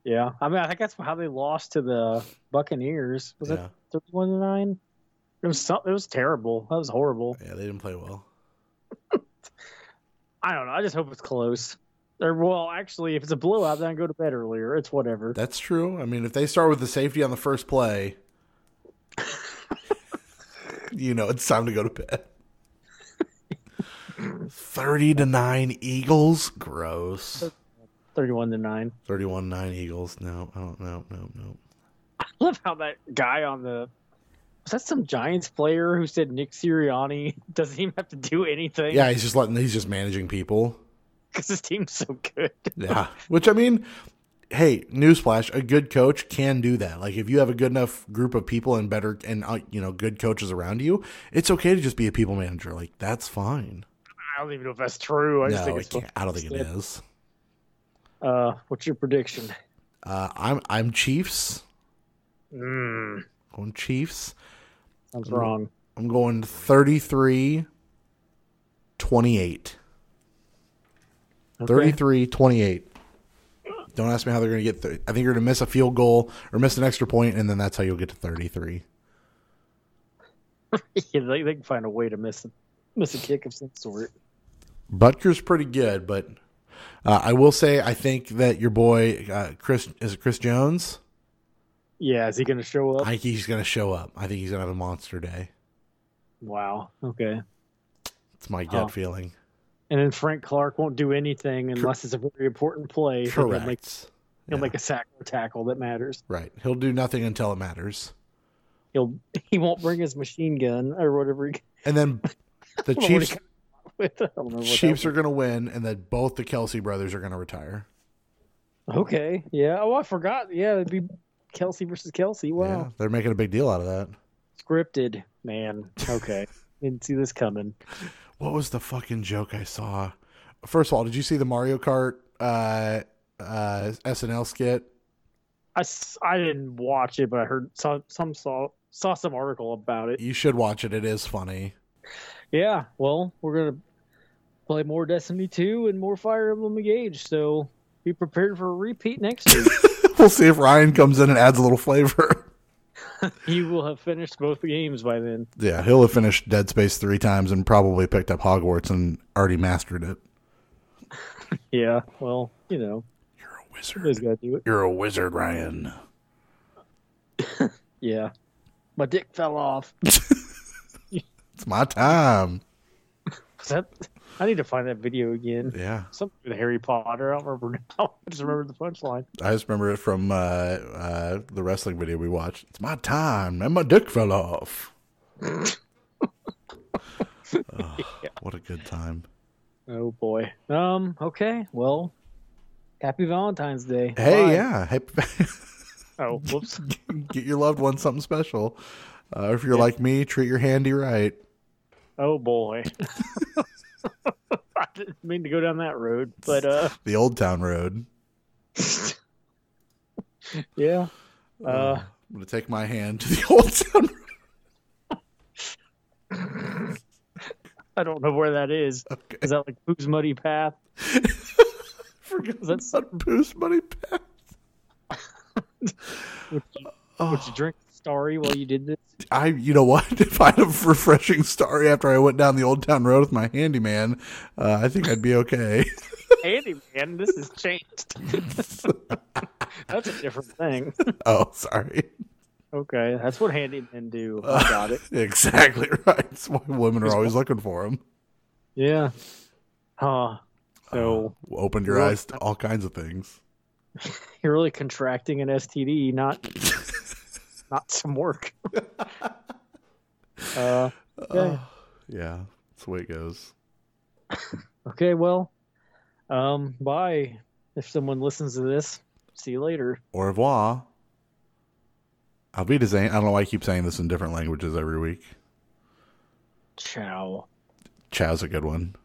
Speaker 2: yeah, I mean, I think that's how they lost to the Buccaneers. Was
Speaker 3: Yeah.
Speaker 2: it thirty-one to nine? It was so, it was terrible. That was horrible.
Speaker 3: Yeah, they didn't play well.
Speaker 2: I don't know. I just hope it's close. Or well, actually, if it's a blowout, then I go to bed earlier. It's whatever.
Speaker 3: That's true. I mean, if they start with the safety on the first play, *laughs* you know it's time to go to bed. *laughs* Thirty to nine Eagles. Gross.
Speaker 2: Thirty-one to nine.
Speaker 3: 31 9 Eagles. No, I don't know. No, no.
Speaker 2: I love how that guy on the was that some Giants player who said Nick Sirianni *laughs* doesn't even have to do anything *laughs*
Speaker 3: Yeah, he's just letting, he's just managing people.
Speaker 2: because his team's so good.
Speaker 3: Yeah. *laughs* Which, I mean, hey, newsflash, a good coach can do that. Like, if you have a good enough group of people and better, and, uh, you know, good coaches around you, it's okay to just be a people manager. Like, that's fine.
Speaker 2: I don't even know if that's true. I just
Speaker 3: No,
Speaker 2: think
Speaker 3: it
Speaker 2: it's
Speaker 3: can't. I don't think it is.
Speaker 2: Uh, what's your prediction?
Speaker 3: Uh, I'm, I'm Chiefs.
Speaker 2: Mm,
Speaker 3: Going Chiefs. Mm-hmm.
Speaker 2: that's wrong.
Speaker 3: I'm going 33 28.
Speaker 2: Okay. *laughs*
Speaker 3: 33 28. Don't ask me how they're going to get. Th- I think you're going to miss a field goal or miss an extra point, and then that's how you'll get to 33.
Speaker 2: Yeah, they, they can find a way to miss a, miss a kick of some sort.
Speaker 3: Butker's pretty good, but uh, I will say I think that your boy uh, Chris is it Chris Jones.
Speaker 2: Yeah, is he going to show up?
Speaker 3: I think he's going to show up. I think he's going to have a monster day.
Speaker 2: wow. Okay.
Speaker 3: It's my gut
Speaker 2: Huh.
Speaker 3: feeling.
Speaker 2: And then Frank Clark won't do anything unless it's a very important play. He'll
Speaker 3: Correct.
Speaker 2: make- he'll
Speaker 3: Yeah.
Speaker 2: make a sack or tackle that matters.
Speaker 3: Right. He'll do nothing until it matters.
Speaker 2: He'll he won't bring his machine gun or whatever. He,
Speaker 3: And
Speaker 2: *laughs*
Speaker 3: then the
Speaker 2: I don't know what
Speaker 3: Chiefs
Speaker 2: he comes up with. I don't know what that
Speaker 3: Chiefs are going to win, and then both the Kelsey brothers are going to retire.
Speaker 2: was. okay. Yeah. Oh, I forgot. Yeah, it'd be Kelsey versus Kelsey. Wow.
Speaker 3: Yeah, they're making a big deal out of that.
Speaker 2: Scripted, man.
Speaker 3: *laughs*
Speaker 2: Okay. Didn't see this coming.
Speaker 3: What was the fucking joke I saw? First of all, did you see the Mario Kart uh, uh, SNL skit?
Speaker 2: I, s- I didn't watch it, but I heard saw some saw saw some article about it.
Speaker 3: You should watch it. It is funny.
Speaker 2: Yeah. Well, we're gonna play more Destiny Two and more Fire Emblem Engage, so be prepared for a
Speaker 3: *laughs*
Speaker 2: repeat next week.
Speaker 3: we'll see if Ryan comes in and adds a little flavor. *laughs*
Speaker 2: you will have finished both the games by then.
Speaker 3: Yeah, he'll have finished Dead Space three times and probably picked up Hogwarts and already mastered it.
Speaker 2: Yeah. Well, you know,
Speaker 3: You're a
Speaker 2: he's
Speaker 3: wizard.
Speaker 2: gotta do it.
Speaker 3: You're a wizard, Ryan.
Speaker 2: Yeah. My dick fell off.
Speaker 3: It's my time.
Speaker 2: Is that? I need to find that video again.
Speaker 3: Yeah,
Speaker 2: Something with Harry Potter. I don't remember now. *laughs* I just remember the punchline.
Speaker 3: I just remember it from uh, uh, the wrestling video we watched. It's my time, and my dick fell off. Ugh, What a good time!
Speaker 2: Oh boy. Um. Okay. Well. Happy Valentine's Day.
Speaker 3: Hey,
Speaker 2: Bye.
Speaker 3: yeah, hey, *laughs*
Speaker 2: *laughs* Oh, whoops.
Speaker 3: get your loved one something special. Uh, if you're like me, treat your handy right.
Speaker 2: Oh boy. *laughs* I didn't mean to go down that road, but uh,
Speaker 3: The old town road.
Speaker 2: *laughs* yeah. Uh,
Speaker 3: I'm gonna take my hand to the *laughs* old town. Road.
Speaker 2: I don't know where that is.
Speaker 3: Okay,
Speaker 2: *laughs* Is that like Pooh's Muddy Path?
Speaker 3: forget
Speaker 2: That's-
Speaker 3: that's not Pooh's money path.
Speaker 2: Would you drink Starry while you did this? *laughs*
Speaker 3: I, you know what? *laughs* If I had a refreshing story after I went down the old town road with my handyman, uh, I think I'd be okay. *laughs*
Speaker 2: Andy, man, this has *laughs* changed. that's a different thing.
Speaker 3: oh, sorry. *laughs*
Speaker 2: Okay, that's what handymen do. I got it.
Speaker 3: Exactly right. That's why women are always looking for them.
Speaker 2: Yeah. Huh. So
Speaker 3: Opened your
Speaker 2: Really?
Speaker 3: eyes to all kinds of things.
Speaker 2: you're really contracting an STD, not not some work. uh, yeah.
Speaker 3: Yeah, that's the way it goes.
Speaker 2: Okay, well, um, bye. If someone listens to this, see you later.
Speaker 3: Au revoir. I'll be design. I don't know why I keep saying this in different languages every week.
Speaker 2: Ciao.
Speaker 3: Chow's a good one.